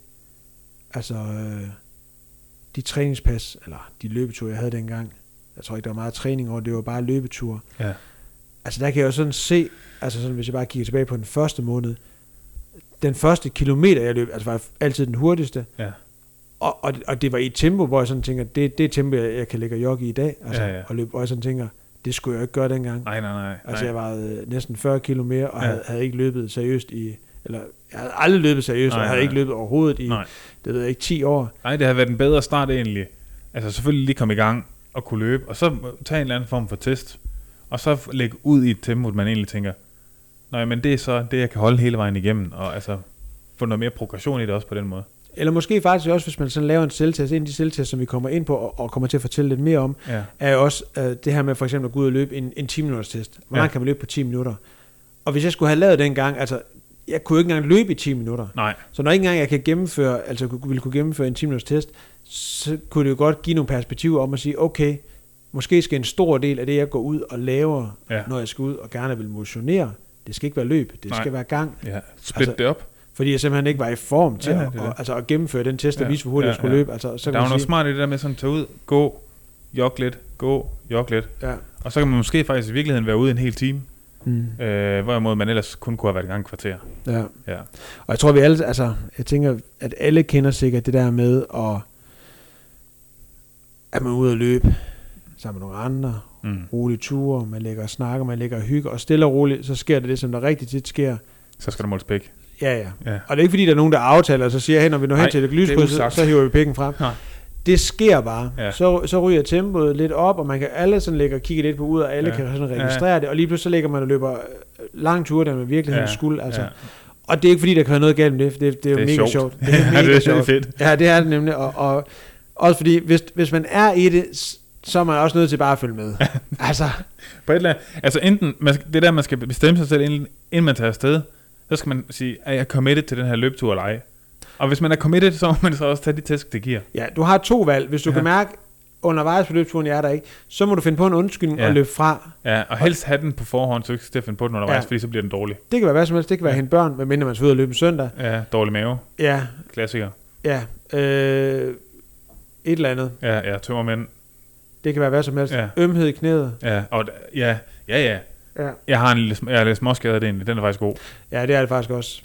S1: altså, øh, de træningspas, eller de løbeture, jeg havde dengang, jeg tror ikke, der var meget træning over, det det var bare løbeture.
S2: Ja.
S1: Altså, der kan jeg jo sådan se, altså sådan, hvis jeg bare kigger tilbage på den første måned, den første kilometer, jeg løb, altså var altid den hurtigste,
S2: Ja.
S1: og, og, og det var i et tempo, hvor jeg sådan tænker, det, det er et tempo, jeg, jeg kan lægge og jogge i i dag, altså,
S2: Ja, ja.
S1: Og, løb, og jeg sådan tænker, det skulle jeg jo ikke gøre dengang.
S2: Nej, nej, nej.
S1: Altså,
S2: nej.
S1: jeg vejede næsten 40 kilo mere, og
S2: Ja.
S1: ja. havde, havde ikke løbet seriøst i... Eller, jeg havde aldrig løbet seriøst,
S2: Nej,
S1: nej, og havde
S2: nej.
S1: nej. ikke løbet overhovedet i,
S2: Nej.
S1: nej. det ved jeg ikke, 10 år.
S2: nej, det har været en bedre start egentlig. Altså selvfølgelig lige komme i gang og kunne løbe, og så tage en eller anden form for test, og så lægge ud i et tempo, man egentlig tænker, nej, men det er så det, jeg kan holde hele vejen igennem, og altså få noget mere progression i det også på den måde.
S1: Eller måske faktisk også, hvis man sådan laver en selvtest, en af de selvtest, som vi kommer ind på, og, og kommer til at fortælle lidt mere om,
S2: Ja,
S1: er jo også øh, det her med for eksempel at gå ud og løbe en, en 10 minutters test. Hvor
S2: Ja.
S1: langt kan man løbe på 10 minutter? Og hvis jeg skulle have lavet den gang, altså, jeg kunne jo ikke engang løbe i 10 minutter.
S2: nej,
S1: Så når ikke engang jeg kan gennemføre, altså kunne- ville kunne gennemføre en 10 minutters test, så kunne det jo godt give nogle perspektiver om at sige, okay, måske skal en stor del af det, jeg går ud og laver,
S2: Ja.
S1: ja. når jeg skal ud og gerne vil motionere, det skal ikke være løb, det
S2: Nej.
S1: Nej. skal være gang.
S2: ja. split altså,
S1: Altså,
S2: det op.
S1: Fordi jeg simpelthen ikke var i form til
S2: Ja,
S1: ja,
S2: det er
S1: at,
S2: det.
S1: og, altså at gennemføre den test, der
S2: Ja,
S1: ja. viste, hvor hurtigt
S2: ja,
S1: ja, jeg skulle
S2: ja.
S1: løbe. Altså, så
S2: Der
S1: kan
S2: er jo
S1: man
S2: noget
S1: sige,
S2: smart i det der med sådan, tage ud, gå, jog lidt, gå, jog lidt.
S1: ja.
S2: Og så kan man måske faktisk i virkeligheden være ude en hel time,
S1: Mm,
S2: øh, hvorimod man ellers kun kunne have været i gang et kvarter.
S1: ja.
S2: Ja,
S1: Og jeg tror, vi alle, altså, jeg tænker, at alle kender sikkert det der med at, at man er ude at løbe sammen med nogle andre,
S2: mm.
S1: rolige ture, man ligger og snakker, man ligger og hygger, og stille og roligt, så sker det det, som der rigtig tit sker.
S2: så skal der måles pæk.
S1: Ja, ja.
S2: Ja.
S1: Og det er ikke fordi, der er nogen, der aftaler, og så siger, hey, når vi når
S2: Nej,
S1: hen til det
S2: det er
S1: lyskryds, så,
S2: usagt.
S1: så hiver vi pikken frem.
S2: Nej.
S1: det sker bare.
S2: Ja.
S1: Ja. Så, så ryger tempoet lidt op, og man kan alle sådan ligge og kigge lidt på ud, og alle
S2: Ja.
S1: ja. kan sådan
S2: Ja.
S1: registrere ja. det, og lige pludselig så ligger man og løber øh, lange ture, der man virkelig ja.
S2: Ja.
S1: skulle. Altså.
S2: Ja.
S1: Ja. Og det er ikke fordi, der kan være noget galt med det, for det, det er jo
S2: Det er
S1: mega
S2: sjovt.
S1: sjovt. Det er
S2: ja,
S1: mega
S2: det, det er
S1: sjovt.
S2: fedt.
S1: Ja, det er det nemlig, og, og også fordi, hvis, hvis man er i det, s- så er man også nødt til bare at følge med. altså,
S2: På et eller andet, altså enten, man, skal- det der, man skal bestemme sig selv, inden, inden man tager afsted, så skal man sige, er jeg committed til den her løbetur eller ej? Og hvis man er committed, så må man så også tage de tæsk, det giver.
S1: ja, du har to valg. Hvis du
S2: Ja.
S1: ja. kan mærke, undervejs på løbeturen, jeg er der ikke, så må du finde på en undskyldning
S2: Ja.
S1: ja. og løbe fra.
S2: Ja, og helst have den på forhånd, så du ikke skal til at finde på den undervejs, ja.
S1: Ja.
S2: fordi så bliver den dårlig.
S1: Det kan være hvad som helst. Det kan være at hente børn, medmindre man skal ud og løbe en søndag.
S2: Ja, dårlig mave,
S1: Ja,
S2: klassiker.
S1: ja. Øh, et eller andet.
S2: Ja, ja, tømmermænd.
S1: Det kan være hvad som helst.
S2: Ja.
S1: Ja. Ømhed i knæet.
S2: Ja, og, d- ja, ja, ja.
S1: Ja.
S2: Jeg har en lille, sm- jeg har lidt småskade af det egentlig, den er faktisk god.
S1: ja, det er det faktisk også.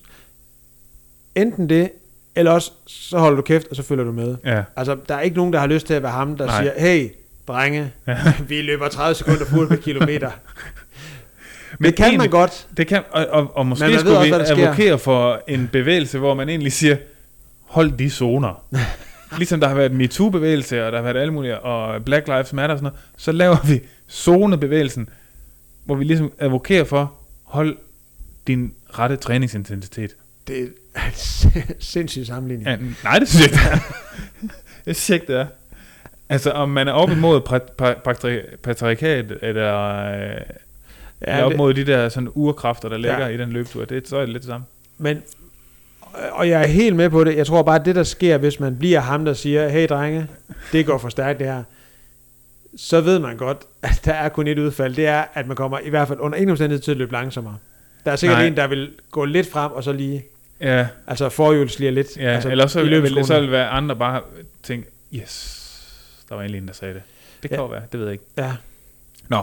S1: Enten det, eller også så holder du kæft, og så følger du med.
S2: Ja,
S1: Altså, der er ikke nogen, der har lyst til at være ham, der
S2: Nej.
S1: Nej. siger, hey, drenge,
S2: Ja.
S1: vi løber 30 sekunder fuld per kilometer. Men
S2: Men
S1: det kan man
S2: egentlig-
S1: godt.
S2: det kan, og, og, og måske
S1: man ved
S2: skulle
S1: også,
S2: vi
S1: hvad der sker.
S2: advokere for en bevægelse, hvor man egentlig siger, hold de zoner. ligesom der har været MeToo-bevægelse, og der har været alle mulige, og Black Lives Matter og sådan noget, så laver vi zonebevægelsen, hvor vi ligesom advokerer for, hold din rette træningsintensitet.
S1: Det er en sin- sindssyg sammenligning.
S2: Ja, nej, det synes jeg ikke, det er. Det synes jeg ikke, det er. Altså, om man er op imod pra- pa- patri- patriarkat, eller øh, er op
S1: det-
S2: mod de der sådan urkræfter, der ligger
S1: Ja.
S2: i den løbetur, det, så er det lidt det samme.
S1: Men, og jeg er helt med på det. Jeg tror bare, at det, der sker, hvis man bliver ham, der siger, hey drenge, det går for stærkt det her, så ved man godt, at der er kun et udfald. Det er, at man kommer i hvert fald under ingen omstændighed til at løbe langsommere. Der er sikkert
S2: Nej.
S1: Nej. en, der vil gå lidt frem, og så lige,
S2: Ja,
S1: altså forhjul sliger lidt.
S2: ja altså,
S1: altså,
S2: eller så
S1: i
S2: vil,
S1: løbeskoene.
S2: vil, så vil være andre bare tænke, yes, der var egentlig en, der sagde det. Det kan
S1: Ja.
S2: jo være, det ved jeg ikke.
S1: Ja,
S2: Nå,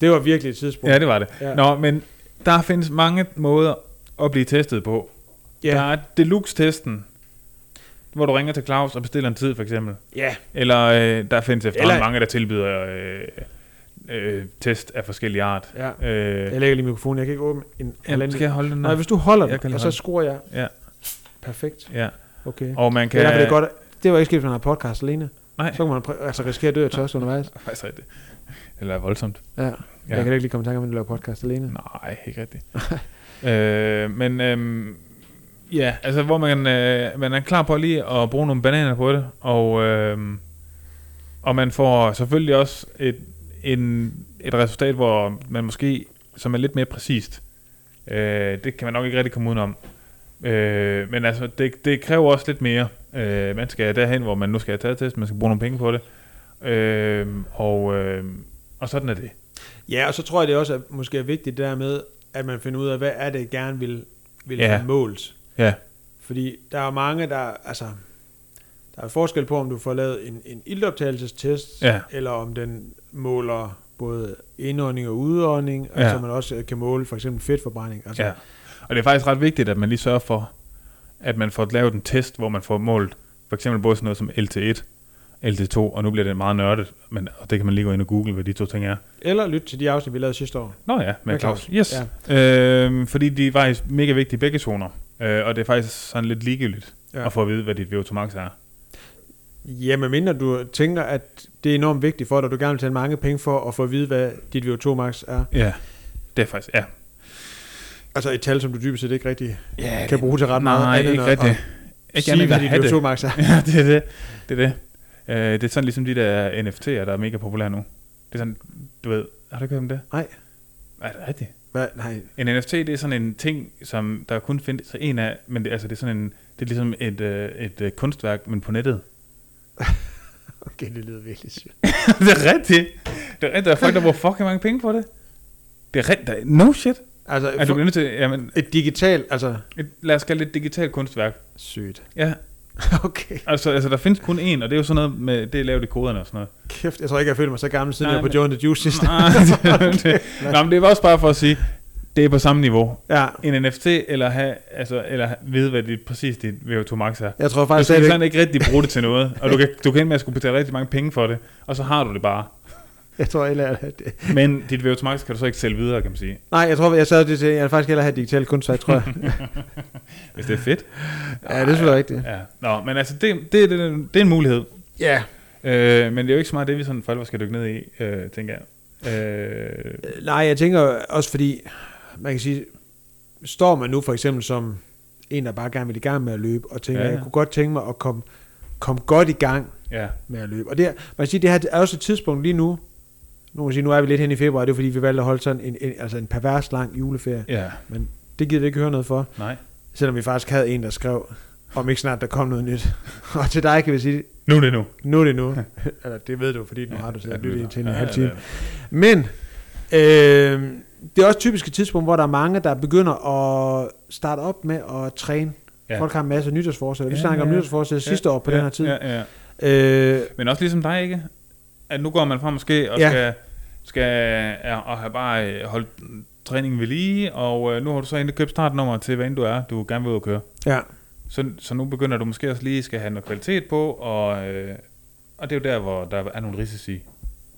S1: det var virkelig et tidspunkt.
S2: ja, det var det.
S1: Ja.
S2: Nå, men der findes mange måder at blive testet på.
S1: ja.
S2: Der er deluxe-testen, hvor du ringer til Claus og bestiller en tid, for eksempel.
S1: ja.
S2: Eller øh, der findes efterhånden Eller...
S1: Eller-
S2: mange, der tilbyder øh, øh, test af forskellige art.
S1: Ja.
S2: Øh,
S1: Jeg lægger lige mikrofonen, jeg kan ikke åbne en
S2: Jamen,
S1: halvanden.
S2: skal jeg holde den
S1: Nej,
S2: der?
S1: hvis du holder
S2: Jeg kan
S1: den,
S2: lige
S1: og så
S2: holde
S1: skruer jeg.
S2: Ja.
S1: Perfekt.
S2: Ja.
S1: Okay.
S2: Og man
S1: Det
S2: kan...
S1: er derfor, det er godt. Det var ikke sket, hvis man har podcast alene.
S2: Nej,
S1: Så kan man pr- altså risikere at dø af tørst undervejs.
S2: faktisk rigtigt. Eller voldsomt.
S1: Ja. ja. Jeg
S2: Ja.
S1: kan da ikke lige komme i tanke om, at man laver podcast alene.
S2: Nej, ikke rigtigt. øh, men øhm, ja, altså hvor man, øh, man er klar på lige at bruge nogle bananer på det, og, øh, og man får selvfølgelig også et, en, et resultat, hvor man måske, som er lidt mere præcist, øh, det kan man nok ikke rigtig komme udenom. Øh, men altså, det, det kræver også lidt mere. Øh, man skal derhen, hvor man nu skal have taget test, man skal bruge nogle penge på det, øh, og, øh, og sådan er det.
S1: Ja, og så tror jeg, det også er måske er vigtigt det der med, at man finder ud af, hvad er det, jeg gerne vil, vil
S2: Ja.
S1: ja. have målt.
S2: Ja,
S1: Fordi der er mange, der... Altså, der er forskel på, om du får lavet en, en iltoptagelsestest,
S2: Ja.
S1: eller om den måler både indånding og udånding, og
S2: Ja.
S1: ja. så man også kan måle for eksempel fedtforbrænding. Altså,
S2: Ja. Og det er faktisk ret vigtigt, at man lige sørger for, at man får lavet en test, hvor man får målt for eksempel både sådan noget som LT1, LT2, og nu bliver det meget nørdet, men, og det kan man lige gå ind og google, hvad de to ting er.
S1: Eller lyt til de afsnit, vi lavede sidste år.
S2: Nå ja, med
S1: Med
S2: Claus.
S1: Claus.
S2: Yes. Ja. Øhm, fordi de er faktisk mega vigtige begge zoner, øh, og det er faktisk sådan lidt ligegyldigt ja.
S1: Ja.
S2: at få at vide, hvad dit VO2 max er.
S1: Ja, medmindre du tænker, at det er enormt vigtigt for dig, og du gerne vil tage mange penge for at få at vide, hvad dit VO2 max er.
S2: Ja, det er faktisk, ja.
S1: Altså et tal, som du dybest set ikke rigtig
S2: Ja,
S1: kan bruge til ret meget.
S2: Nej,
S1: andet
S2: ikke
S1: end at-
S2: rigtigt.
S1: at
S2: Ikke
S1: Sige,
S2: andet
S1: hvad
S2: end at
S1: dit VO2
S2: have det.
S1: max er.
S2: Ja, det er det. Det er det. Øh, det er sådan ligesom de der NFT'er, der er mega populære nu. Det er sådan, du ved, har du ikke hørt om det?
S1: Nej.
S2: Er det rigtigt?
S1: Hvad? Nej.
S2: En NFT, det er sådan en ting, som der kun findes så en af, men det, altså, det er sådan en, det er ligesom et, øh, et øh, kunstværk, men på nettet.
S1: Okay, det lyder virkelig sygt.
S2: det er rigtigt. Det er rigtigt, der er folk, der bruger fucking mange penge på det. Det er rigtigt. der er- No shit.
S1: Altså,
S2: Er du
S1: for,
S2: bliver nødt til, jamen,
S1: et digitalt, altså...
S2: et, lad os kalde det et digitalt kunstværk.
S1: Sygt.
S2: Ja,
S1: Okay.
S2: altså, altså der findes kun en, og det er jo sådan noget med, det er lavet i koderne og sådan noget.
S1: Kæft, jeg tror ikke, jeg føler mig så gammel, siden
S2: Nej,
S1: jeg var
S2: men-
S1: på Joe and the Juice sidst.
S2: Nej, det, det. Nå, men det var også bare for at sige, det er på samme niveau.
S1: Ja,
S2: En NFT, eller, have, altså, eller vide, hvad det præcis dit VO2 max er.
S1: jeg tror
S2: Du
S1: faktisk
S2: skal sådan
S1: stadigvæk...
S2: ikke rigtig bruge det til noget, og du kan, du kan ende med at skulle betale rigtig mange penge for det, og så har du det bare.
S1: Jeg tror heller, at det...
S2: Men dit VO2 max kan du så ikke sælge videre, kan man sige,
S1: Nej, jeg tror, jeg sad det til, jeg vil faktisk hellere have digitalt kunstværk, tror jeg.
S2: hvis det er fedt.
S1: ja, det er selvfølgelig rigtigt.
S2: Ja. Nå, men altså, det, det, er- det, er- det er en mulighed.
S1: Ja.
S2: Øh, men det er jo ikke så meget det, vi sådan for alvor skal dykke ned i, øh, tænker jeg. Øh,
S1: Nej, jeg tænker også fordi, man kan sige, står man nu for eksempel som en, der bare gerne vil i gang med at løbe, og tænker,
S2: Ja,
S1: ja,
S2: ja.
S1: ja. jeg kunne godt tænke mig at komme, komme godt i gang
S2: ja,
S1: med at løbe. Og det, er- man kan sige, det her er også et tidspunkt lige nu, nu, kan man sige, nu er vi lidt hen i februar, det er fordi, vi valgte at holde sådan en, en, altså en pervers lang juleferie.
S2: ja,
S1: Men det gider vi ikke høre noget for.
S2: nej.
S1: Selvom vi faktisk havde en, der skrev, om ikke snart der kom noget nyt. og til dig kan vi sige,
S2: Nu er det nu.
S1: nu er det nu. Eller det ved du, fordi nu har du siddet og
S2: det
S1: lyttet
S2: lytter.
S1: til en
S2: Ja,
S1: halv
S2: ja,
S1: time.
S2: det er
S1: Men øh, det er også typisk et tidspunkt, hvor der er mange, der begynder at starte op med at træne.
S2: Ja.
S1: Ja. Folk har en masse nytårsforsæt. Vi
S2: Ja,
S1: ja, snakker om
S2: ja.
S1: nytårsforsæt
S2: det.
S1: sidste
S2: Ja,
S1: år på
S2: ja,
S1: den her tid. Ja.
S2: Ja, ja.
S1: Øh,
S2: Men også ligesom dig, ikke? At nu går man frem måske og ja.
S1: Ja.
S2: skal, skal ja, og have bare øh, holdt træningen ved lige, og øh, nu har du så endelig købt startnummer til, hvad end du er, du gerne vil ud og køre.
S1: ja.
S2: Så, så nu begynder du måske også lige skal have noget kvalitet på, og, øh, og det er jo der, hvor der er nogle risici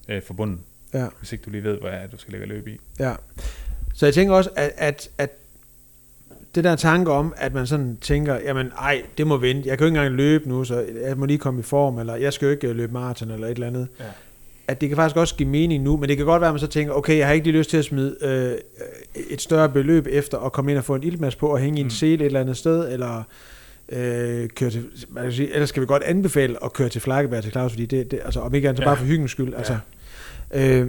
S2: øh, forbundet,
S1: Ja,
S2: hvis ikke du lige ved, hvad du skal lægge og løbe i.
S1: ja. Så jeg tænker også, at, at, at det der tanke om, at man sådan tænker, jamen ej, det må vente, jeg kan jo ikke engang løbe nu, så jeg må lige komme i form, eller jeg skal jo ikke øh, løbe maraton eller et eller andet.
S2: Ja.
S1: At det kan faktisk også give mening nu, men det kan godt være, at man så tænker, okay, jeg har ikke lige lyst til at smide øh, et større beløb efter at komme ind og få en ildmasse på og hænge i en
S2: Mm.
S1: sele et eller andet sted, eller øh, køre til, hvad kan jeg sige, ellers skal vi godt anbefale at køre til Flakkebær til Claus, fordi det, det altså om ikke andet, så
S2: Ja.
S1: bare for hyggens skyld, altså. Øh,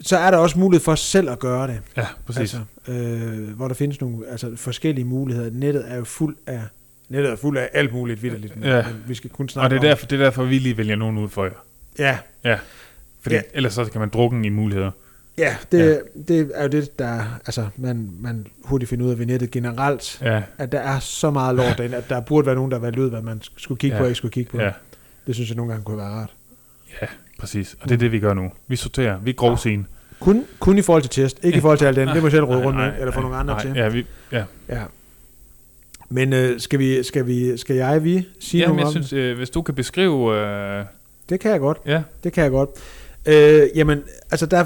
S1: så er der også mulighed for selv at gøre det.
S2: Ja,
S1: Altså, øh, hvor der findes nogle altså, forskellige muligheder. Nettet er jo fuld af nettet er fuld af alt muligt vildt.
S2: Ja.
S1: Men vi skal kun snakke
S2: og det er,
S1: om-
S2: derfor, det er derfor, vi lige vælger nogen ud for jer.
S1: Ja,
S2: Fordi
S1: Ja.
S2: ja. ellers så kan man drukke i muligheder.
S1: ja, det, ja. det er jo det, der altså, man, man hurtigt finder ud af ved nettet generelt,
S2: Ja,
S1: at der er så meget lort derinde, at der burde være nogen, der valgte ud, hvad man skulle kigge
S2: Ja.
S1: på og ikke skulle kigge på.
S2: ja,
S1: Det synes jeg nogle gange kunne være rart.
S2: præcis. Og det er det, vi gør nu. Vi sorterer, vi grovsen.
S1: Kun, kun i forhold til test, ikke i forhold til alt det andet. Det må jeg selv råde rundt med, eller få
S2: nej,
S1: nogle andre
S2: nej,
S1: til.
S2: Ja, vi, ja.
S1: Ja. Men øh, skal, vi, skal, vi, skal jeg, vi sige
S2: Jamen,
S1: noget
S2: jeg
S1: om
S2: synes,
S1: synes...
S2: øh, hvis du kan beskrive... Øh,
S1: det? kan jeg godt.
S2: ja,
S1: Det kan jeg godt. Øh, jamen, altså der,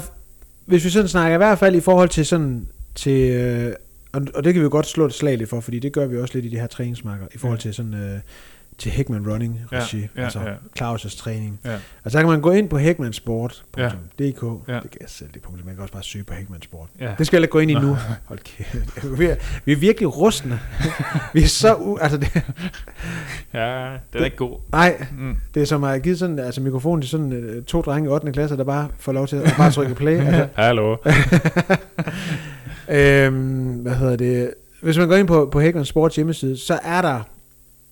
S1: hvis vi sådan snakker i hvert fald i forhold til sådan, til, øh, og, og det kan vi jo godt slå et slag lidt for, fordi det gør vi også lidt i de her træningsmarker, i forhold
S2: Ja.
S1: til sådan, øh, til Heckman Running regi,
S2: Ja, ja,
S1: altså
S2: ja.
S1: Claus' træning.
S2: Ja.
S1: Og så kan man gå ind på heckmansport.dk,
S2: Ja.
S1: det
S2: Ja.
S1: kan jeg selv det punkt, man kan også bare søge på Heckman Sport.
S2: ja.
S1: Det skal jeg ikke gå ind i
S2: Nå.
S1: nu. Hold kæft. Vi er, vi er virkelig rustne. vi er så... U- altså, det,
S2: ja det er ikke god.
S1: nej,
S2: Mm.
S1: det er som at have givet sådan, altså mikrofonen til sådan øh, to drenge i 8. klasse, der bare får lov til at bare trykke play. altså,
S2: Hallo.
S1: øhm, hvad hedder det? Hvis man går ind på, på Hækkerens Sports hjemmeside, så er der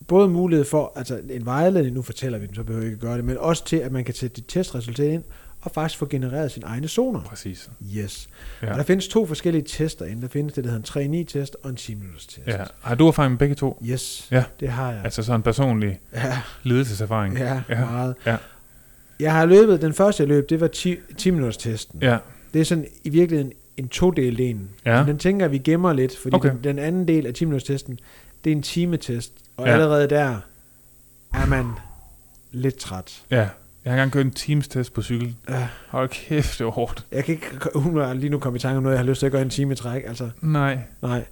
S1: både mulighed for, altså en vejledning, nu fortæller vi den, så behøver vi ikke gøre det, men også til, at man kan sætte dit testresultat ind, og faktisk få genereret sine egne zoner.
S2: Præcis.
S1: Yes.
S2: Ja.
S1: Ja. Og der findes to forskellige tester inde. Der findes det, der hedder en 3-9-test og en 10-minutters-test.
S2: Ja. Har du erfaring med begge to?
S1: Yes,
S2: Ja.
S1: det har jeg.
S2: Altså sådan en personlig
S1: Ja,
S2: ledelseserfaring?
S1: ja,
S2: Ja.
S1: ja. meget.
S2: Ja.
S1: Jeg har løbet, den første jeg løb, det var 10, 10 minutters testen.
S2: ja.
S1: Det er sådan i virkeligheden en todel en.
S2: Ja.
S1: Men Den tænker jeg, vi gemmer lidt, fordi
S2: Okay.
S1: okay. den, den anden del af 10 minutters testen, det er en timetest. Og
S2: Ja.
S1: ja. allerede der er man lidt træt.
S2: ja. Jeg har engang kørt en teamstest på cykel.
S1: Ja.
S2: Hold kæft, det var hårdt.
S1: Jeg kan ikke hun lige nu komme i tanke om noget, jeg har lyst til at gøre en time i træk. Altså,
S2: Nej.
S1: nej.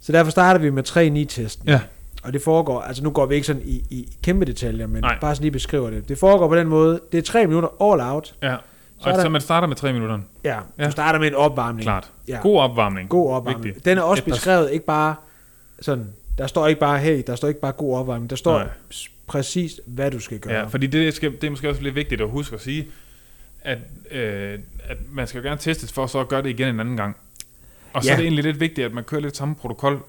S1: Så derfor starter vi med 3-9-testen.
S2: Ja.
S1: Og det foregår, altså nu går vi ikke sådan i, i kæmpe detaljer, men
S2: Nej.
S1: Nej. bare sådan lige beskriver det. Det foregår på den måde, det er 3 minutter all out.
S2: Ja.
S1: Så
S2: Og
S1: er
S2: så,
S1: der-
S2: man starter med tre minutter.
S1: Ja,
S2: Ja.
S1: du starter med en opvarmning.
S2: Klart.
S1: Ja.
S2: God opvarmning.
S1: God opvarmning.
S2: Vigtigt.
S1: Vigtigt. Den er også
S2: Et par-
S1: beskrevet ikke bare sådan, der står ikke bare, hey, der står ikke bare god opvarmning, der står
S2: Nej.
S1: Nej. præcis, hvad du skal gøre.
S2: Ja, fordi det, skal, det er måske også lidt vigtigt at huske at sige, at, øh, at man skal jo gerne testes for så at gøre det igen en anden gang. Og så
S1: Ja.
S2: er det egentlig lidt vigtigt, at man kører lidt samme protokol.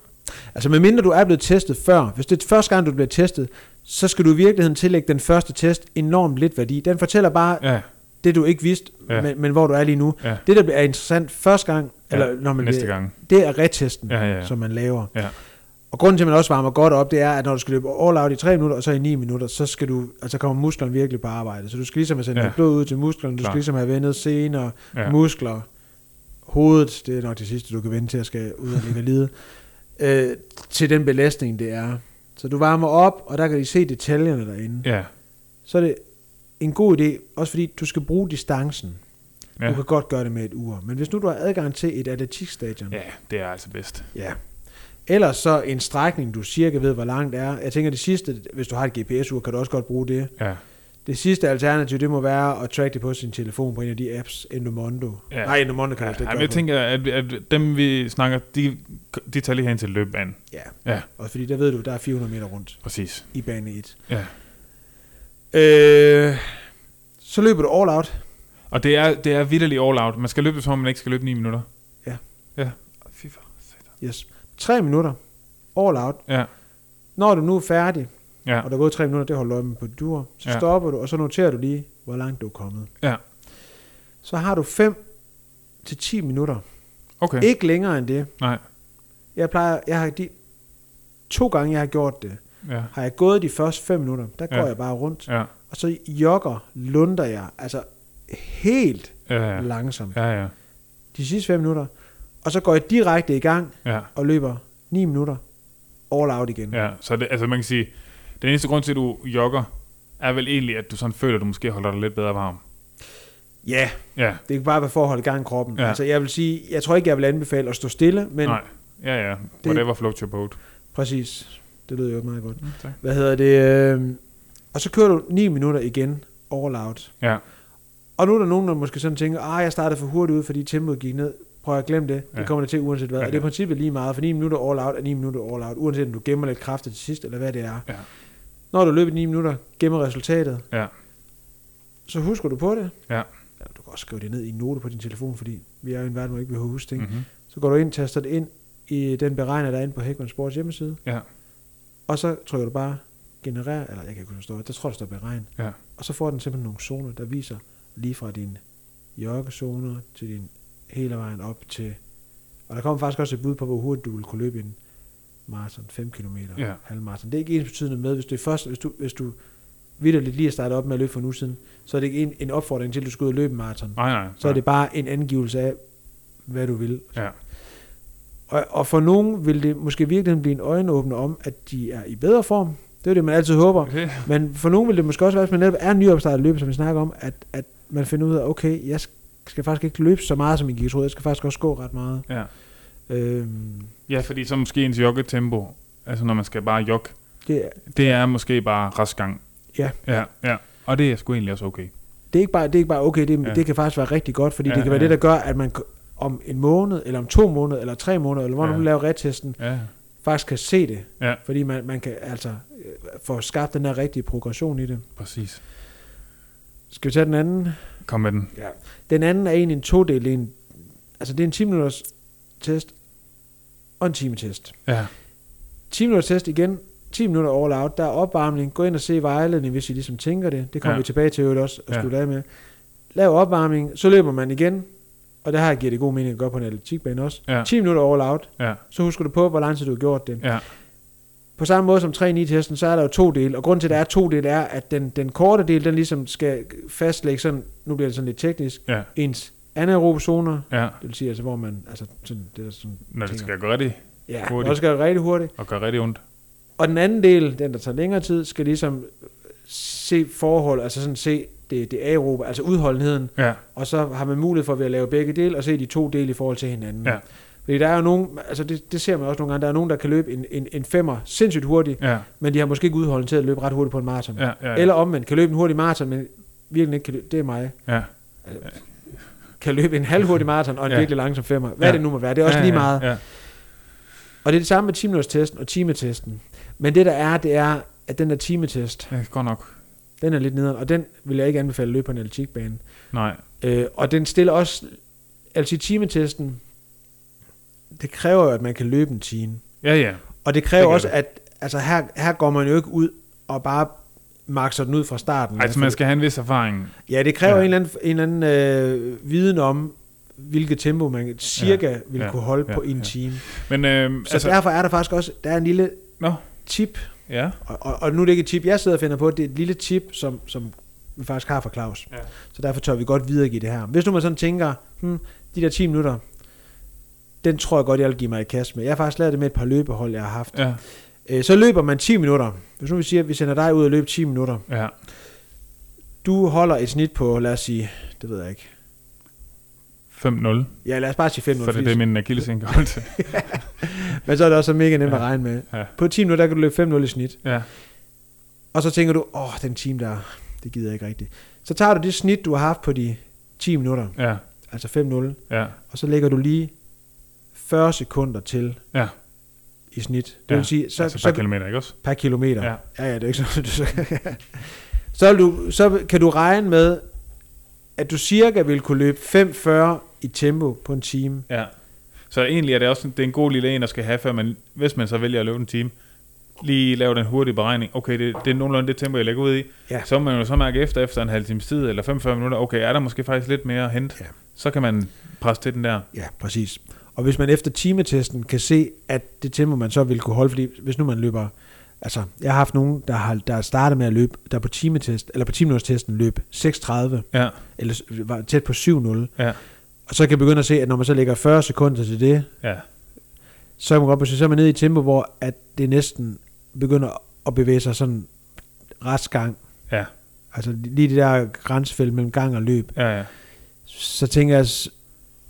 S1: Altså medmindre du er blevet testet før, hvis det er første gang, du bliver testet, så skal du i virkeligheden tillægge den første test enormt lidt værdi. Den fortæller bare
S2: Ja,
S1: det, du ikke vidste,
S2: Ja.
S1: ja. men, men hvor du er lige nu.
S2: Ja.
S1: Det, der er interessant første gang,
S2: Ja,
S1: eller når man
S2: næste
S1: bliver-
S2: gang.
S1: det er retesten,
S2: Ja, ja, ja.
S1: som man laver.
S2: Ja.
S1: Og grunden til, at man også varmer godt op, det er, at når du skal løbe all out i 3 minutter, og så i 9 minutter, så skal du, altså kommer musklerne virkelig på arbejde. Så du skal ligesom have sendt
S2: Ja.
S1: ja. blod ud til musklerne, du
S2: Klar.
S1: skal ligesom have vendet sener,
S2: Ja.
S1: ja. muskler, hovedet, det er nok det sidste, du kan vende til at skal ud og ligge og lide, øh, til den belastning, det er. Så du varmer op, og der kan I se detaljerne derinde. Ja.
S2: Ja.
S1: Så er det en god idé, også fordi du skal bruge distancen. Ja. Du
S2: Ja.
S1: kan godt gøre det med et ur, men hvis nu du har adgang til et atletikstadion,
S2: ja, det er altså bedst.
S1: Ja. Ellers så en strækning, du cirka ved, hvor langt det er. Jeg tænker, det sidste, hvis du har et GPS-ur, kan du også godt bruge det.
S2: Ja.
S1: Det sidste alternativ, det må være at track det på sin telefon på en af de apps, Endomondo. Ja.
S2: Ja.
S1: Nej, Endomondo kan
S2: Ja,
S1: du slet
S2: ja,
S1: ikke
S2: men
S1: gøre
S2: jeg
S1: på.
S2: tænker, at, at dem vi snakker, de, de tager lige hen til løbbanen.
S1: Ja.
S2: Ja,
S1: Og fordi der ved du, der er 400 meter rundt
S2: præcis.
S1: i bane 1.
S2: Ja.
S1: Øh, så løber du all out.
S2: Og det er, det er vitterligt all out. Man skal løbe det, som om man ikke skal løbe 9 minutter.
S1: Ja.
S2: Ja. Fy for satan.
S1: Yes. 3 minutter. All out.
S2: Ja.
S1: Når du nu er færdig,
S2: Ja.
S1: og der er gået 3 minutter, det holder du øje med på dur, så ja.
S2: Ja.
S1: stopper du, og så noterer du lige, hvor langt du er kommet.
S2: Ja.
S1: Så har du 5 til 10 minutter.
S2: Okay.
S1: Okay. Ikke længere end det.
S2: Nej.
S1: Jeg plejer, jeg har de to gange, jeg har gjort det,
S2: Ja.
S1: har jeg gået de første 5 minutter, der går
S2: Ja.
S1: jeg bare rundt,
S2: Ja.
S1: og så jogger, lunder jeg, altså helt
S2: Ja.
S1: ja.
S2: Ja.
S1: langsomt.
S2: Ja. Ja.
S1: De sidste 5 minutter, og så går jeg direkte i gang
S2: ja.
S1: og løber 9 minutter all out igen.
S2: Ja, så det, altså man kan sige, den eneste grund til, at du jogger, er vel egentlig, at du sådan føler, at du måske holder dig lidt bedre varm.
S1: Ja,
S2: Ja,
S1: det kan bare være for at holde gang i kroppen. Ja.
S2: Ja.
S1: Altså jeg vil sige, jeg tror ikke, jeg vil anbefale at stå stille, men Nej.
S2: nej. Ja, ja. Whatever floats your boat.
S1: præcis, det lyder jo meget godt.
S2: Mm, tak.
S1: Hvad hedder det? Øh, og så kører du 9 minutter igen all out.
S2: Ja,
S1: Og nu er der nogen, der måske sådan tænker, ah, jeg startede for hurtigt ud, fordi tempoet gik ned. Prøv at glemme det. Ja.
S2: Ja.
S1: Det kommer det til uanset hvad. Ja.
S2: Ja,
S1: Og det er i
S2: ja.
S1: princippet lige meget, for 9 minutter all out er 9 minutter all out. Uanset om du gemmer lidt kræfter til sidst, eller hvad det er.
S2: Ja.
S1: Når du løber 9 minutter, gemmer resultatet.
S2: Ja.
S1: Så husker du på det.
S2: Ja.
S1: Eller du kan også skrive det ned i en note på din telefon, fordi vi er jo i en verden, hvor ikke vi behøver at huske ting. Mm.
S2: mm-hmm.
S1: Så går du ind, taster det ind i den beregner, der er inde på Hækman Sports hjemmeside.
S2: ja,
S1: Og så trykker du bare generer, eller jeg kan ikke huske, hvad der står, der tror, der står beregn.
S2: ja,
S1: Og så får den simpelthen nogle zoner, der viser lige fra din joggezoner til din hele vejen op til... Og der kommer faktisk også et bud på, hvor hurtigt du vil kunne løbe i en maraton, 5 km, ja.
S2: Ja.
S1: halvmaraton. Det er ikke ens betydende med, hvis du, først, hvis du, hvis du vidderligt lige har startet op med at løbe for en uge siden, så er det ikke en, en opfordring til, at du skal ud og løbe en maraton.
S2: nej, nej.
S1: Så er
S2: nej.
S1: det bare en angivelse af, hvad du vil.
S2: Ja,
S1: Og, og for nogen vil det måske virkelig blive en øjenåbner om, at de er i bedre form. Det er jo det, man altid håber.
S2: okay.
S1: Men for nogen vil det måske også være, hvis man netop er nyopstartet løber, som vi snakker om, at, at man finder ud af, okay, jeg skal faktisk ikke løbe så meget, som jeg gik og troede. Jeg skal faktisk også gå ret meget.
S2: ja.
S1: Øhm,
S2: ja fordi så måske ens joggetempo, altså når man skal bare jogge,
S1: det, er,
S2: det er måske bare restgang.
S1: Ja.
S2: Ja, ja. Og det er sgu egentlig også okay.
S1: det, er ikke bare, det er ikke bare okay, det, ja.
S2: Ja.
S1: det kan faktisk være rigtig godt, fordi ja,
S2: Ja,
S1: det kan være det,
S2: ja.
S1: der gør, at man k- om en måned, eller om to måneder, eller tre måneder, eller hvor ja.
S2: Ja.
S1: man laver rettesten,
S2: Ja,
S1: faktisk kan se det.
S2: Ja.
S1: Fordi man, man kan altså øh, få skabt den her rigtige progression i det.
S2: præcis.
S1: Skal vi tage den anden?
S2: Kom med den.
S1: Ja. Den anden er egentlig en todel. det er En, altså det er en 10 minutters test og en time test.
S2: Ja,
S1: 10 minutter test igen. 10 minutter all out. Der er opvarmning. Gå ind og se vejledningen, hvis I ligesom tænker det. Det kommer ja.
S2: Ja.
S1: vi tilbage til i øvrigt også og
S2: Ja.
S1: slutte af med. Lav opvarmning. Så løber man igen. Og det her giver det god mening at gøre på en atletikbane også.
S2: Ja.
S1: 10 minutter all out.
S2: ja,
S1: Så husker du på, hvor lang tid du har gjort det.
S2: ja,
S1: På samme måde som 3-9-testen, så er der jo to dele. Og grund til, at der er to dele, er, at den, den korte del, den ligesom skal fastlægge sådan, nu bliver det sådan lidt teknisk,
S2: ja,
S1: ens anaerobe zoner,
S2: ja.
S1: det vil sige, altså hvor man, altså sådan, det der sådan,
S2: Når det
S1: Tænker.
S2: skal gå rigtig,
S1: ja,
S2: Hurtigt.
S1: hurtigt. også skal rigtig hurtigt.
S2: og gøre rigtig ondt.
S1: Og den anden del, den der tager længere tid, skal ligesom se forhold, altså sådan se det, det aerobe, altså udholdenheden,
S2: Ja,
S1: og så har man mulighed for ved at lave begge dele, og se de to dele i forhold til hinanden.
S2: Ja.
S1: Fordi der er jo nogen, altså det, det ser man også nogle gange, der er nogen, der kan løbe en, en, en femmer sindssygt hurtigt,
S2: ja,
S1: men de har måske ikke udholden til at løbe ret hurtigt på en maraton.
S2: ja, ja. ja.
S1: Eller omvendt, kan løbe en hurtig maraton, men virkelig ikke kan løbe, det er mig.
S2: ja.
S1: Kan løbe en halvhurtig maraton og en ja.
S2: Ja.
S1: virkelig langsom femmer. Hvad ja.
S2: Ja.
S1: det nu må være, det er også
S2: ja,
S1: ja, lige meget.
S2: Ja, ja.
S1: Og det er det samme med 10 minutters testen og timetesten. Men det der er, det er, at den der timetest,
S2: ja godt nok.
S1: den er lidt nederen, og den vil jeg ikke anbefale at løbe på en atletikbane.
S2: Nej.
S1: Øh, og den stiller også, altså i timetesten, det kræver jo, at man kan løbe en time.
S2: Ja, ja.
S1: Og det kræver det
S2: Det gør
S1: også,
S2: det.
S1: at altså her, her går man jo ikke ud og bare makser den ud fra starten.
S2: Altså, man skal have en vis erfaring.
S1: Ja, det kræver ja.
S2: Ja.
S1: en eller anden, en eller anden øh, viden om, hvilket tempo man cirka ja. vil ja.
S2: ja,
S1: kunne holde ja.
S2: ja,
S1: på en ja.
S2: ja.
S1: time.
S2: Men, øhm,
S1: Så altså, derfor er der faktisk også, der er en lille
S2: Nå,
S1: tip,
S2: ja.
S1: og, og, og nu er det ikke et tip, jeg sidder og finder på, det er et lille tip, som, som vi faktisk har fra Claus.
S2: Ja.
S1: Så derfor tør vi godt videregive det her. Hvis nu man sådan tænker, hmm, de der 10 minutter, den tror jeg godt, jeg vil give mig i kast med. Jeg har faktisk lavet det med et par løbehold, jeg har haft.
S2: Ja,
S1: Øh, så løber man 10 minutter. Hvis nu vi siger, at vi sender dig ud og løbe 10 minutter.
S2: ja.
S1: Du holder et snit på, lad os sige, det ved jeg ikke.
S2: 5-0.
S1: Ja, lad os bare sige 5
S2: Så
S1: minutter.
S2: det er det, min akilles indgående til.
S1: Men så er det også så mega nemt ja.
S2: Ja.
S1: at regne med.
S2: Ja.
S1: På 10 minutter, der kan du løbe 5-0 i snit.
S2: Ja,
S1: Og så tænker du, åh, den time der, det gider jeg ikke rigtigt. Så tager du det snit, du har haft på de 10 minutter,
S2: Ja,
S1: altså 5-0,
S2: ja,
S1: og så lægger du lige 40 sekunder til
S2: ja.
S1: i snit. Det
S2: Ja,
S1: vil sige, så,
S2: Så, altså
S1: så,
S2: per kilometer, ikke også?
S1: per kilometer.
S2: Ja.
S1: ja, ja det er ikke sådan, du så, så, vil du, så kan du regne med, at du cirka vil kunne løbe 5.40 i tempo på en time.
S2: Ja. Så egentlig er det også en- det er en god lille en, at skal have, før man, hvis man så vælger at løbe en time, lige lave den hurtige beregning. Okay, det, det er nogenlunde det tempo, jeg lægger ud i.
S1: Ja.
S2: Så må man jo så mærke efter, efter en halv times tid, eller 45 minutter, okay, er der måske faktisk lidt mere at hente?
S1: Ja.
S2: Så kan man presse til den der.
S1: Ja, præcis. Og hvis man efter timetesten kan se, at det tempo, man så vil kunne holde, fordi hvis nu man løber... Altså, jeg har haft nogen, der har der startet med at løbe, der på timetest, eller på 10 testen løb 6.30,
S2: Ja,
S1: eller s- var tæt på 7.0,
S2: ja,
S1: og så kan begynde at se, at når man så lægger 40 sekunder til det,
S2: ja.
S1: så er man godt på, så er man nede i et tempo, hvor at det næsten begynder at bevæge sig sådan retsgang.
S2: Ja,
S1: Altså lige det der grænsefelt mellem gang og løb.
S2: ja, ja.
S1: Så tænker jeg, s-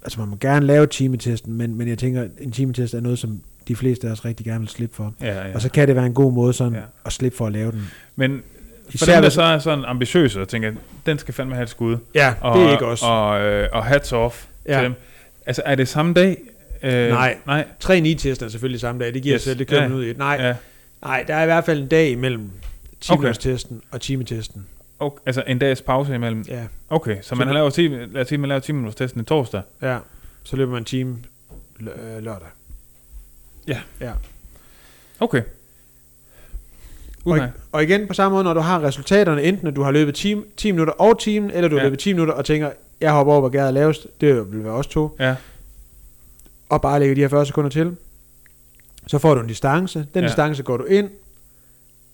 S1: altså man må gerne lave timetesten, men, men jeg tænker, en timetest er noget, som de fleste af os rigtig gerne vil slippe for.
S2: ja, ja.
S1: Og så kan det være en god måde sådan
S2: Ja.
S1: ja. at slippe for at lave den.
S2: Men for
S1: Især
S2: dem, der
S1: hvis-
S2: så er sådan ambitiøse og tænker, den skal fandme have et skud.
S1: Ja,
S2: Og, Og, øh, og hats off ja.
S1: Ja.
S2: til dem. Altså, er det samme dag? Øh,
S1: Nej.
S2: Nej.
S1: 3 9 testen er selvfølgelig samme dag, det
S2: giver sig selv, det kører man
S1: ud i. Nej,
S2: Ja.
S1: nej, der er i hvert fald en dag imellem
S2: 10 minutters
S1: testen og timetesten.
S2: Okay, altså en dags pause imellem.
S1: Ja,
S2: Okay, så man
S1: Så-
S2: laver 10, lad os sige, man laver 10 minutters testen i torsdag.
S1: ja. Så løber man en time øh, lørdag.
S2: Okay.
S1: Og,
S2: Udmærket.
S1: og igen på samme måde, når du har resultaterne, enten at du har løbet 10, 10 minutter og timen, eller du har
S2: Ja.
S1: ja. løbet 10 minutter og tænker, jeg hopper over, hvor gæret er lavest, det vil være også to,
S2: Ja,
S1: og bare lægger de her 40 sekunder til, så får du en distance. Den
S2: Ja.
S1: ja. distance går du ind,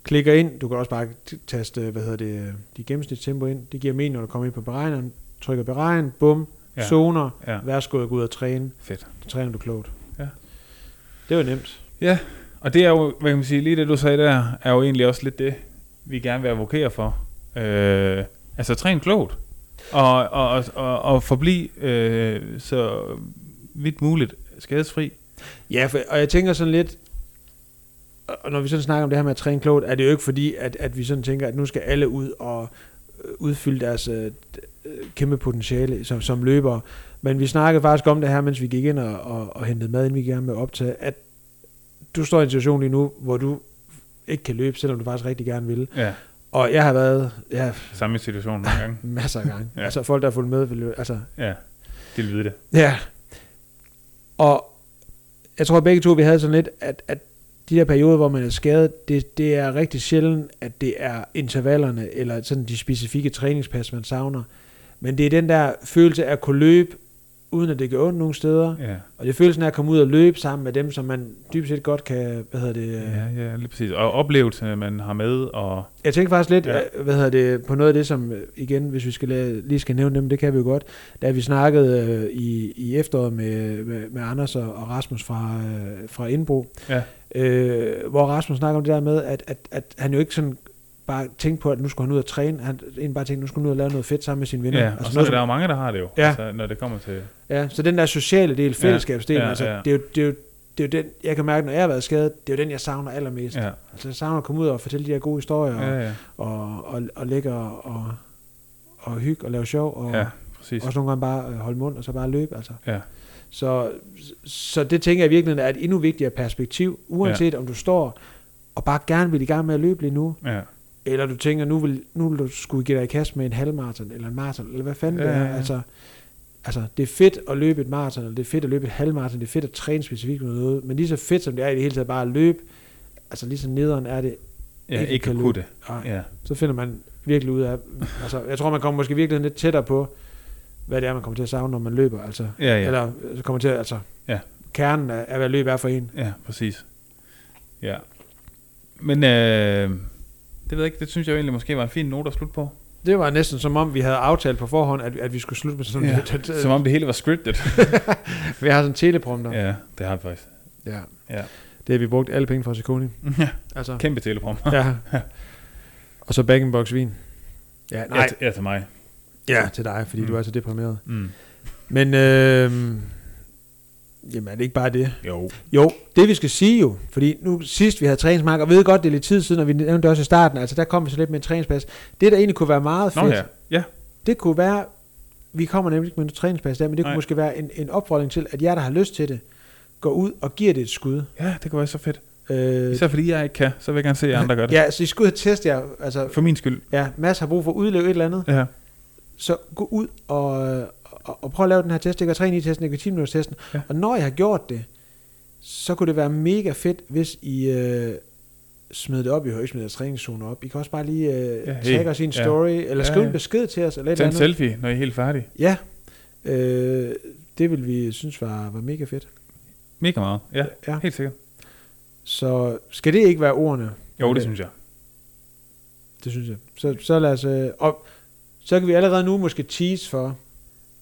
S1: klikker ind, du kan også bare t- taste, hvad hedder det, øh, de gennemsnitstempo ind, det giver mening, når du kommer ind på beregneren, trykker beregn, bum,
S2: Ja.
S1: ja. zoner,
S2: ja.
S1: ja. værsgo at gå ud og træne,
S2: Fedt.
S1: så træner du klogt.
S2: Ja.
S1: Det var nemt.
S2: Og det er jo, hvad kan man sige, lige det du sagde der, er jo egentlig også lidt det, vi gerne vil advokere for. Øh, altså træn klogt. Og, og, og, og, og forbliv øh, så vidt muligt skadesfri.
S1: Ja, for, og jeg tænker sådan lidt, og når vi sådan snakker om det her med at træne klogt, er det jo ikke fordi, at, at vi sådan tænker, at nu skal alle ud og øh, udfylde deres øh, d- øh, kæmpe potentiale som, som løbere. Men vi snakkede faktisk om det her, mens vi gik ind og, og, og hentede mad, inden vi gerne med op til, at du står i en situation lige nu, hvor du ikke kan løbe, selvom du faktisk rigtig gerne vil.
S2: Ja,
S1: Og jeg har været ja,
S2: samme situation nogle gange.
S1: masser af gange.
S2: Ja.
S1: ja. Altså folk, der har fulgt med, vil, jo- altså
S2: Ja, de vil vide det.
S1: Ja. Og jeg tror begge to, vi havde sådan lidt, at, at de der perioder, hvor man er skadet, det, det er rigtig sjældent, at det er intervallerne eller sådan de specifikke træningspas, man savner. Men det er den der følelse af at kunne løbe, uden at det gør ondt nogle steder.
S2: Ja,
S1: Og det er følelsen af at komme ud og løbe sammen med dem, som man dybest set godt kan, hvad hedder det... øh,
S2: ja, ja lige præcis. Og oplevelsen, man har med, og
S1: Jeg tænker faktisk lidt,
S2: Ja.
S1: ja. hvad hedder det, på noget af det, som øh, igen, hvis vi skal lade, lige skal nævne dem, det kan vi jo godt. Da vi snakkede øh, i, i efteråret med, med, med Anders og, og Rasmus fra, øh, fra Indbro,
S2: Ja.
S1: øh, hvor Rasmus snakker om det der med, at, at, at han jo ikke sådan bare tænkte på, at nu skulle han ud og træne. Han egentlig bare tænkte, nu skulle han ud og lave noget fedt sammen med sine venner.
S2: Ja, altså og så er
S1: noget,
S2: der jo
S1: som-
S2: mange, der har det jo, ja.
S1: Ja.
S2: altså, når det kommer til...
S1: ja, så den der sociale del, fællesskabsdelen,
S2: Ja,
S1: ja,
S2: ja,
S1: altså,
S2: ja.
S1: Det, er jo, det, er jo, det er jo den, jeg kan mærke, når jeg har været skadet, det er jo den, jeg savner allermest. Ja.
S2: Ja,
S1: Altså, jeg savner at komme ud og fortælle de her gode historier. og-
S2: ja, ja,
S1: og, og, og ligge og, og, og hygge og lave sjov, og
S2: ja
S1: ja,
S2: præcis.
S1: også nogle gange bare øh, holde mund og så bare løbe. Altså.
S2: Ja.
S1: Så, så det tænker jeg virkelig er et endnu vigtigere perspektiv, uanset ja. om du står og bare gerne vil i gang med at løbe lige nu,
S2: Ja,
S1: eller du tænker, nu vil, nu vil du skulle give dig i kast med en halvmarathon, eller en marathon, eller hvad fanden
S2: Ja,
S1: det
S2: ja,
S1: er.
S2: ja.
S1: Altså, altså, det er fedt at løbe et marathon, eller det er fedt at løbe et halvmarathon, det er fedt at træne specifikt med noget, men lige så fedt som det er i det hele taget bare at løbe, altså lige så nederen er det,
S2: ja
S1: Ikke
S2: ikke
S1: kan
S2: kunne det.
S1: og
S2: Ja,
S1: så finder man virkelig ud af, altså jeg tror, man kommer måske virkelig lidt tættere på, hvad det er, man kommer til at savne, når man løber, altså.
S2: ja,
S1: Ja.
S2: ja,
S1: Eller øh, kommer til at, altså,
S2: Ja.
S1: kernen af, af, hvad løb er for en.
S2: ja præcis. Ja. Men øh, det ved jeg ikke, det synes jeg jo egentlig måske var en fin note at slutte på.
S1: Det var næsten som om, vi havde aftalt på forhånd, at, at vi skulle slutte med sådan
S2: Ja,
S1: ja. lidt, at,
S2: Som om det hele var scripted.
S1: vi har sådan en teleprompter. Ja.
S2: ja, det har vi faktisk.
S1: ja.
S2: Ja.
S1: Det har vi brugt alle penge fra Sekoni.
S2: Ja,
S1: Altså,
S2: kæmpe teleprogram.
S1: ja. Og så bag box vin. Ja,
S2: Ja,
S1: nej.
S2: til- ja, til mig.
S1: Ja, til dig, fordi
S2: Mm.
S1: mm. du er så deprimeret.
S2: Mm.
S1: Men øh, Jamen er det ikke bare det?
S2: Jo.
S1: Jo, det vi skal sige jo, fordi nu sidst vi havde træningsmark, og ved godt, det er lidt tid siden, og vi nævnte det også i starten, altså der kom vi så lidt med en træningspas. Det, der egentlig kunne være meget
S2: Nå
S1: fedt,
S2: ja. Ja.
S1: det kunne være, vi kommer nemlig ikke med en træningspas der, men det kunne
S2: Nej.
S1: måske være en, en opfordring til, at jer, der har lyst til det, går ud og giver det et skud.
S2: ja, det kunne være så fedt.
S1: Øh,
S2: Især fordi jeg ikke kan, så vil jeg gerne se, at andre gør det.
S1: ja, så I skal ud og teste jer. Altså,
S2: For min skyld.
S1: ja, Mads har brug for at udleve et eller andet.
S2: Ja.
S1: så gå ud og, og, og prøv at lave den her test. Det kan være 3-9-testen, det kan 10 minutters testen. Ja.
S2: Ja.
S1: Og når jeg har gjort det, så kunne det være mega fedt, hvis I øh, smed det op i højsmidders træningszone op. I kan også bare lige øh, ja,
S2: Ja,
S1: hey.
S2: hey.
S1: tagge os i en
S2: Ja.
S1: story, ja. eller
S2: Ja,
S1: skrive ja,
S2: ja.
S1: en besked til os, eller et
S2: Tag en
S1: eller andet.
S2: selfie, når I er helt færdige.
S1: Ja, øh, det vil vi synes var, var mega fedt.
S2: Mega meget. Ja,
S1: Ja.
S2: helt sikkert.
S1: Så skal det ikke være ordene?
S2: Jo,
S1: Okay.
S2: det synes jeg.
S1: Det synes jeg. Så, så lad os... Øh, og så kan vi allerede nu måske tease for,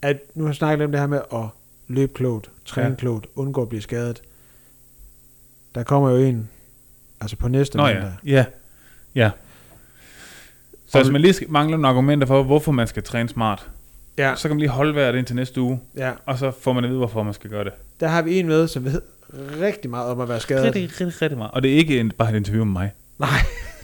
S1: at nu har jeg snakket om det her med at løbe klogt, træne ja.
S2: Ja.
S1: klogt, undgå at blive skadet. Der kommer jo en, altså på næste
S2: Nå
S1: mandag.
S2: ja. Ja. ja. Så
S1: Og-
S2: hvis man lige skal- mangler nogle argumenter for, hvorfor man skal træne smart,
S1: Ja,
S2: så kan man lige holde vejret indtil næste uge,
S1: ja.
S2: og så får man at vide, hvorfor man skal gøre det.
S1: Der har vi en med, som ved rigtig meget om at være skadet.
S2: Rigtig, rigtig, rigtig meget. Og det er ikke en, bare et interview med mig,
S1: Nej,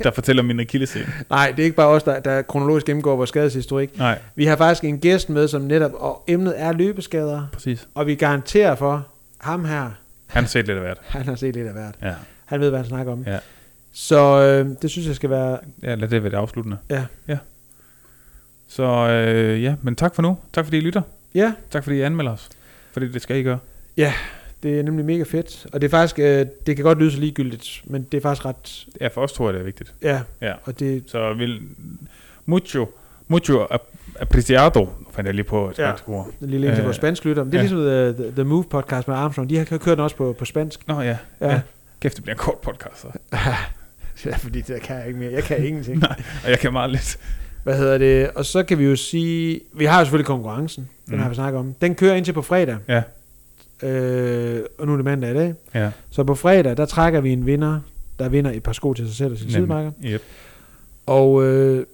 S2: der fortæller min akillescene.
S1: nej, det er ikke bare os, der, der kronologisk gennemgår vores skadeshistorik.
S2: Nej,
S1: Vi har faktisk en gæst med, som netop, og emnet er løbeskader,
S2: præcis.
S1: og vi garanterer for, ham her,
S2: Han har set lidt af hvert.
S1: han har set lidt af hvert.
S2: Ja.
S1: Han ved, hvad han snakker om.
S2: Ja.
S1: Så øh, det synes jeg skal være
S2: ja, lad det være det afsluttende.
S1: Ja.
S2: ja. Så øh, ja, men tak for nu. Tak fordi I lytter.
S1: Ja,
S2: Tak fordi I anmelder os. Fordi det skal I gøre.
S1: det er nemlig mega fedt. Og det er faktisk, øh, det kan godt lyde så ligegyldigt, men det er faktisk ret,
S2: Ja, for os tror jeg, det er vigtigt.
S1: ja.
S2: Ja.
S1: Og det,
S2: Så vil mucho, mucho ap- apreciado, fandt jeg lige på et
S1: Ja.
S2: ja. ord.
S1: det lille en til
S2: Øh,
S1: vores spansk lytter, men det er
S2: ja.
S1: ligesom øh, The, The Move podcast med Armstrong, de har kørt den også på, på spansk.
S2: Nå ja.
S1: Ja.
S2: ja. Kæft, det bliver en kort podcast, så.
S1: ja, fordi det kan jeg ikke mere. Jeg kan ingenting.
S2: og jeg kan meget lidt.
S1: Hvad hedder det? Og så kan vi jo sige, vi har jo selvfølgelig konkurrencen, den
S2: Mm.
S1: har vi snakket om. Den kører indtil på fredag.
S2: Ja.
S1: Øh, og nu er det mandag i dag.
S2: Ja,
S1: Så på fredag, der trækker vi en vinder, der vinder et par sko til sig selv og sin sidemarker.
S2: Yep.
S1: Og øh,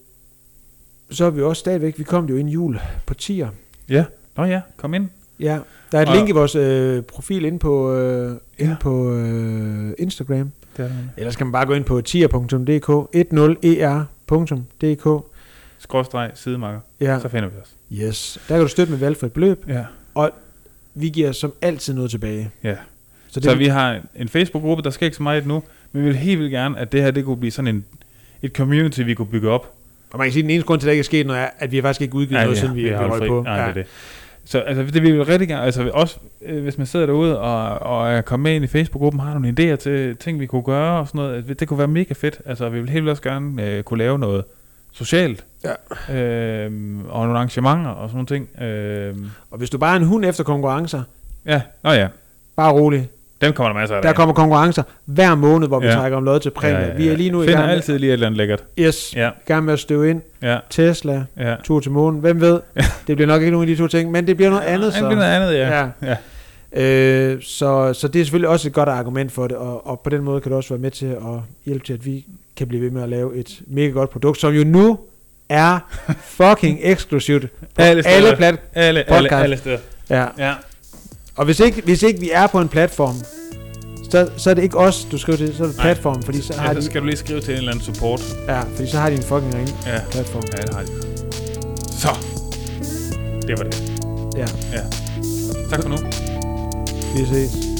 S1: så er vi også stadigvæk, vi kom det jo inden jul på tier.
S2: Ja, nå ja, kom ind.
S1: Ja, der er et
S2: Og-
S1: link i vores øh, profil inde på, øh, inde
S2: Ja.
S1: på øh, Instagram.
S2: Det er der.
S1: Ellers kan man bare gå ind på tier.dk, E 10er.dk.
S2: Skråstreg, sidemarker,
S1: Ja,
S2: ja. så finder vi os.
S1: yes. Der kan du støtte med valgfrit beløb.
S2: Ja.
S1: Vi giver som altid noget tilbage.
S2: Ja.
S1: Så det,
S2: Så vi har en- en Facebook-gruppe, der sker ikke så meget nu, men vi vil helt vildt gerne, at det her det kunne blive sådan en, et community, vi kunne bygge op.
S1: og man kan sige, at den eneste grund til, at der ikke er sket noget, er, at vi faktisk ikke udgivet noget, siden vi, vi
S2: holdt
S1: røg
S2: fri.
S1: på.
S2: Nej, ja. det er det. Så altså, det vil vi rigtig gerne, altså også øh, hvis man sidder derude og, og er kommet med ind i Facebook-gruppen, har nogle idéer til ting, vi kunne gøre og sådan noget, altså, det kunne være mega fedt. Altså vi vil helt vildt også gerne øh, kunne lave noget socialt,
S1: Ja.
S2: øh, og nogle arrangementer og sådan nogle ting. Øh,
S1: Og hvis du bare er en hund efter konkurrencer,
S2: ja, nå ja,
S1: bare rolig.
S2: dem kommer der masser af.
S1: Der kommer konkurrencer hver måned, hvor vi
S2: Ja.
S1: trækker om lod til præmie. Ja, ja, ja. Vi er lige nu i
S2: Finder
S1: gang med,
S2: altid lige et eller andet lækkert.
S1: yes,
S2: Ja,
S1: i gang med at støve ind.
S2: ja,
S1: Tesla,
S2: ja.
S1: tur til månen, hvem ved? det bliver nok ikke nogen af de to ting, men det bliver noget andet så.
S2: Det bliver noget andet, ja. ja.
S1: Ja. Øh, så, så det er selvfølgelig også et godt argument for det, og, og på den måde kan du også være med til at hjælpe til, at vi kan blive ved med at lave et mega godt produkt, som jo nu er fucking eksklusivt på alle,
S2: Alle steder.
S1: alle plat.
S2: Alle, alle,
S1: Podcast.
S2: alle steder.
S1: Ja.
S2: Ja.
S1: Og hvis ikke, hvis ikke vi er på en platform, så, så er det ikke os, du skriver til, så er det
S2: Nej.
S1: platformen, fordi så har,
S2: ja,
S1: de,
S2: så skal du lige skrive til en eller anden support.
S1: ja, fordi så har de en fucking ring
S2: Ja,
S1: platform.
S2: ja det har de. Så. Det var det.
S1: Ja,
S2: Tak for nu.
S1: vi ses.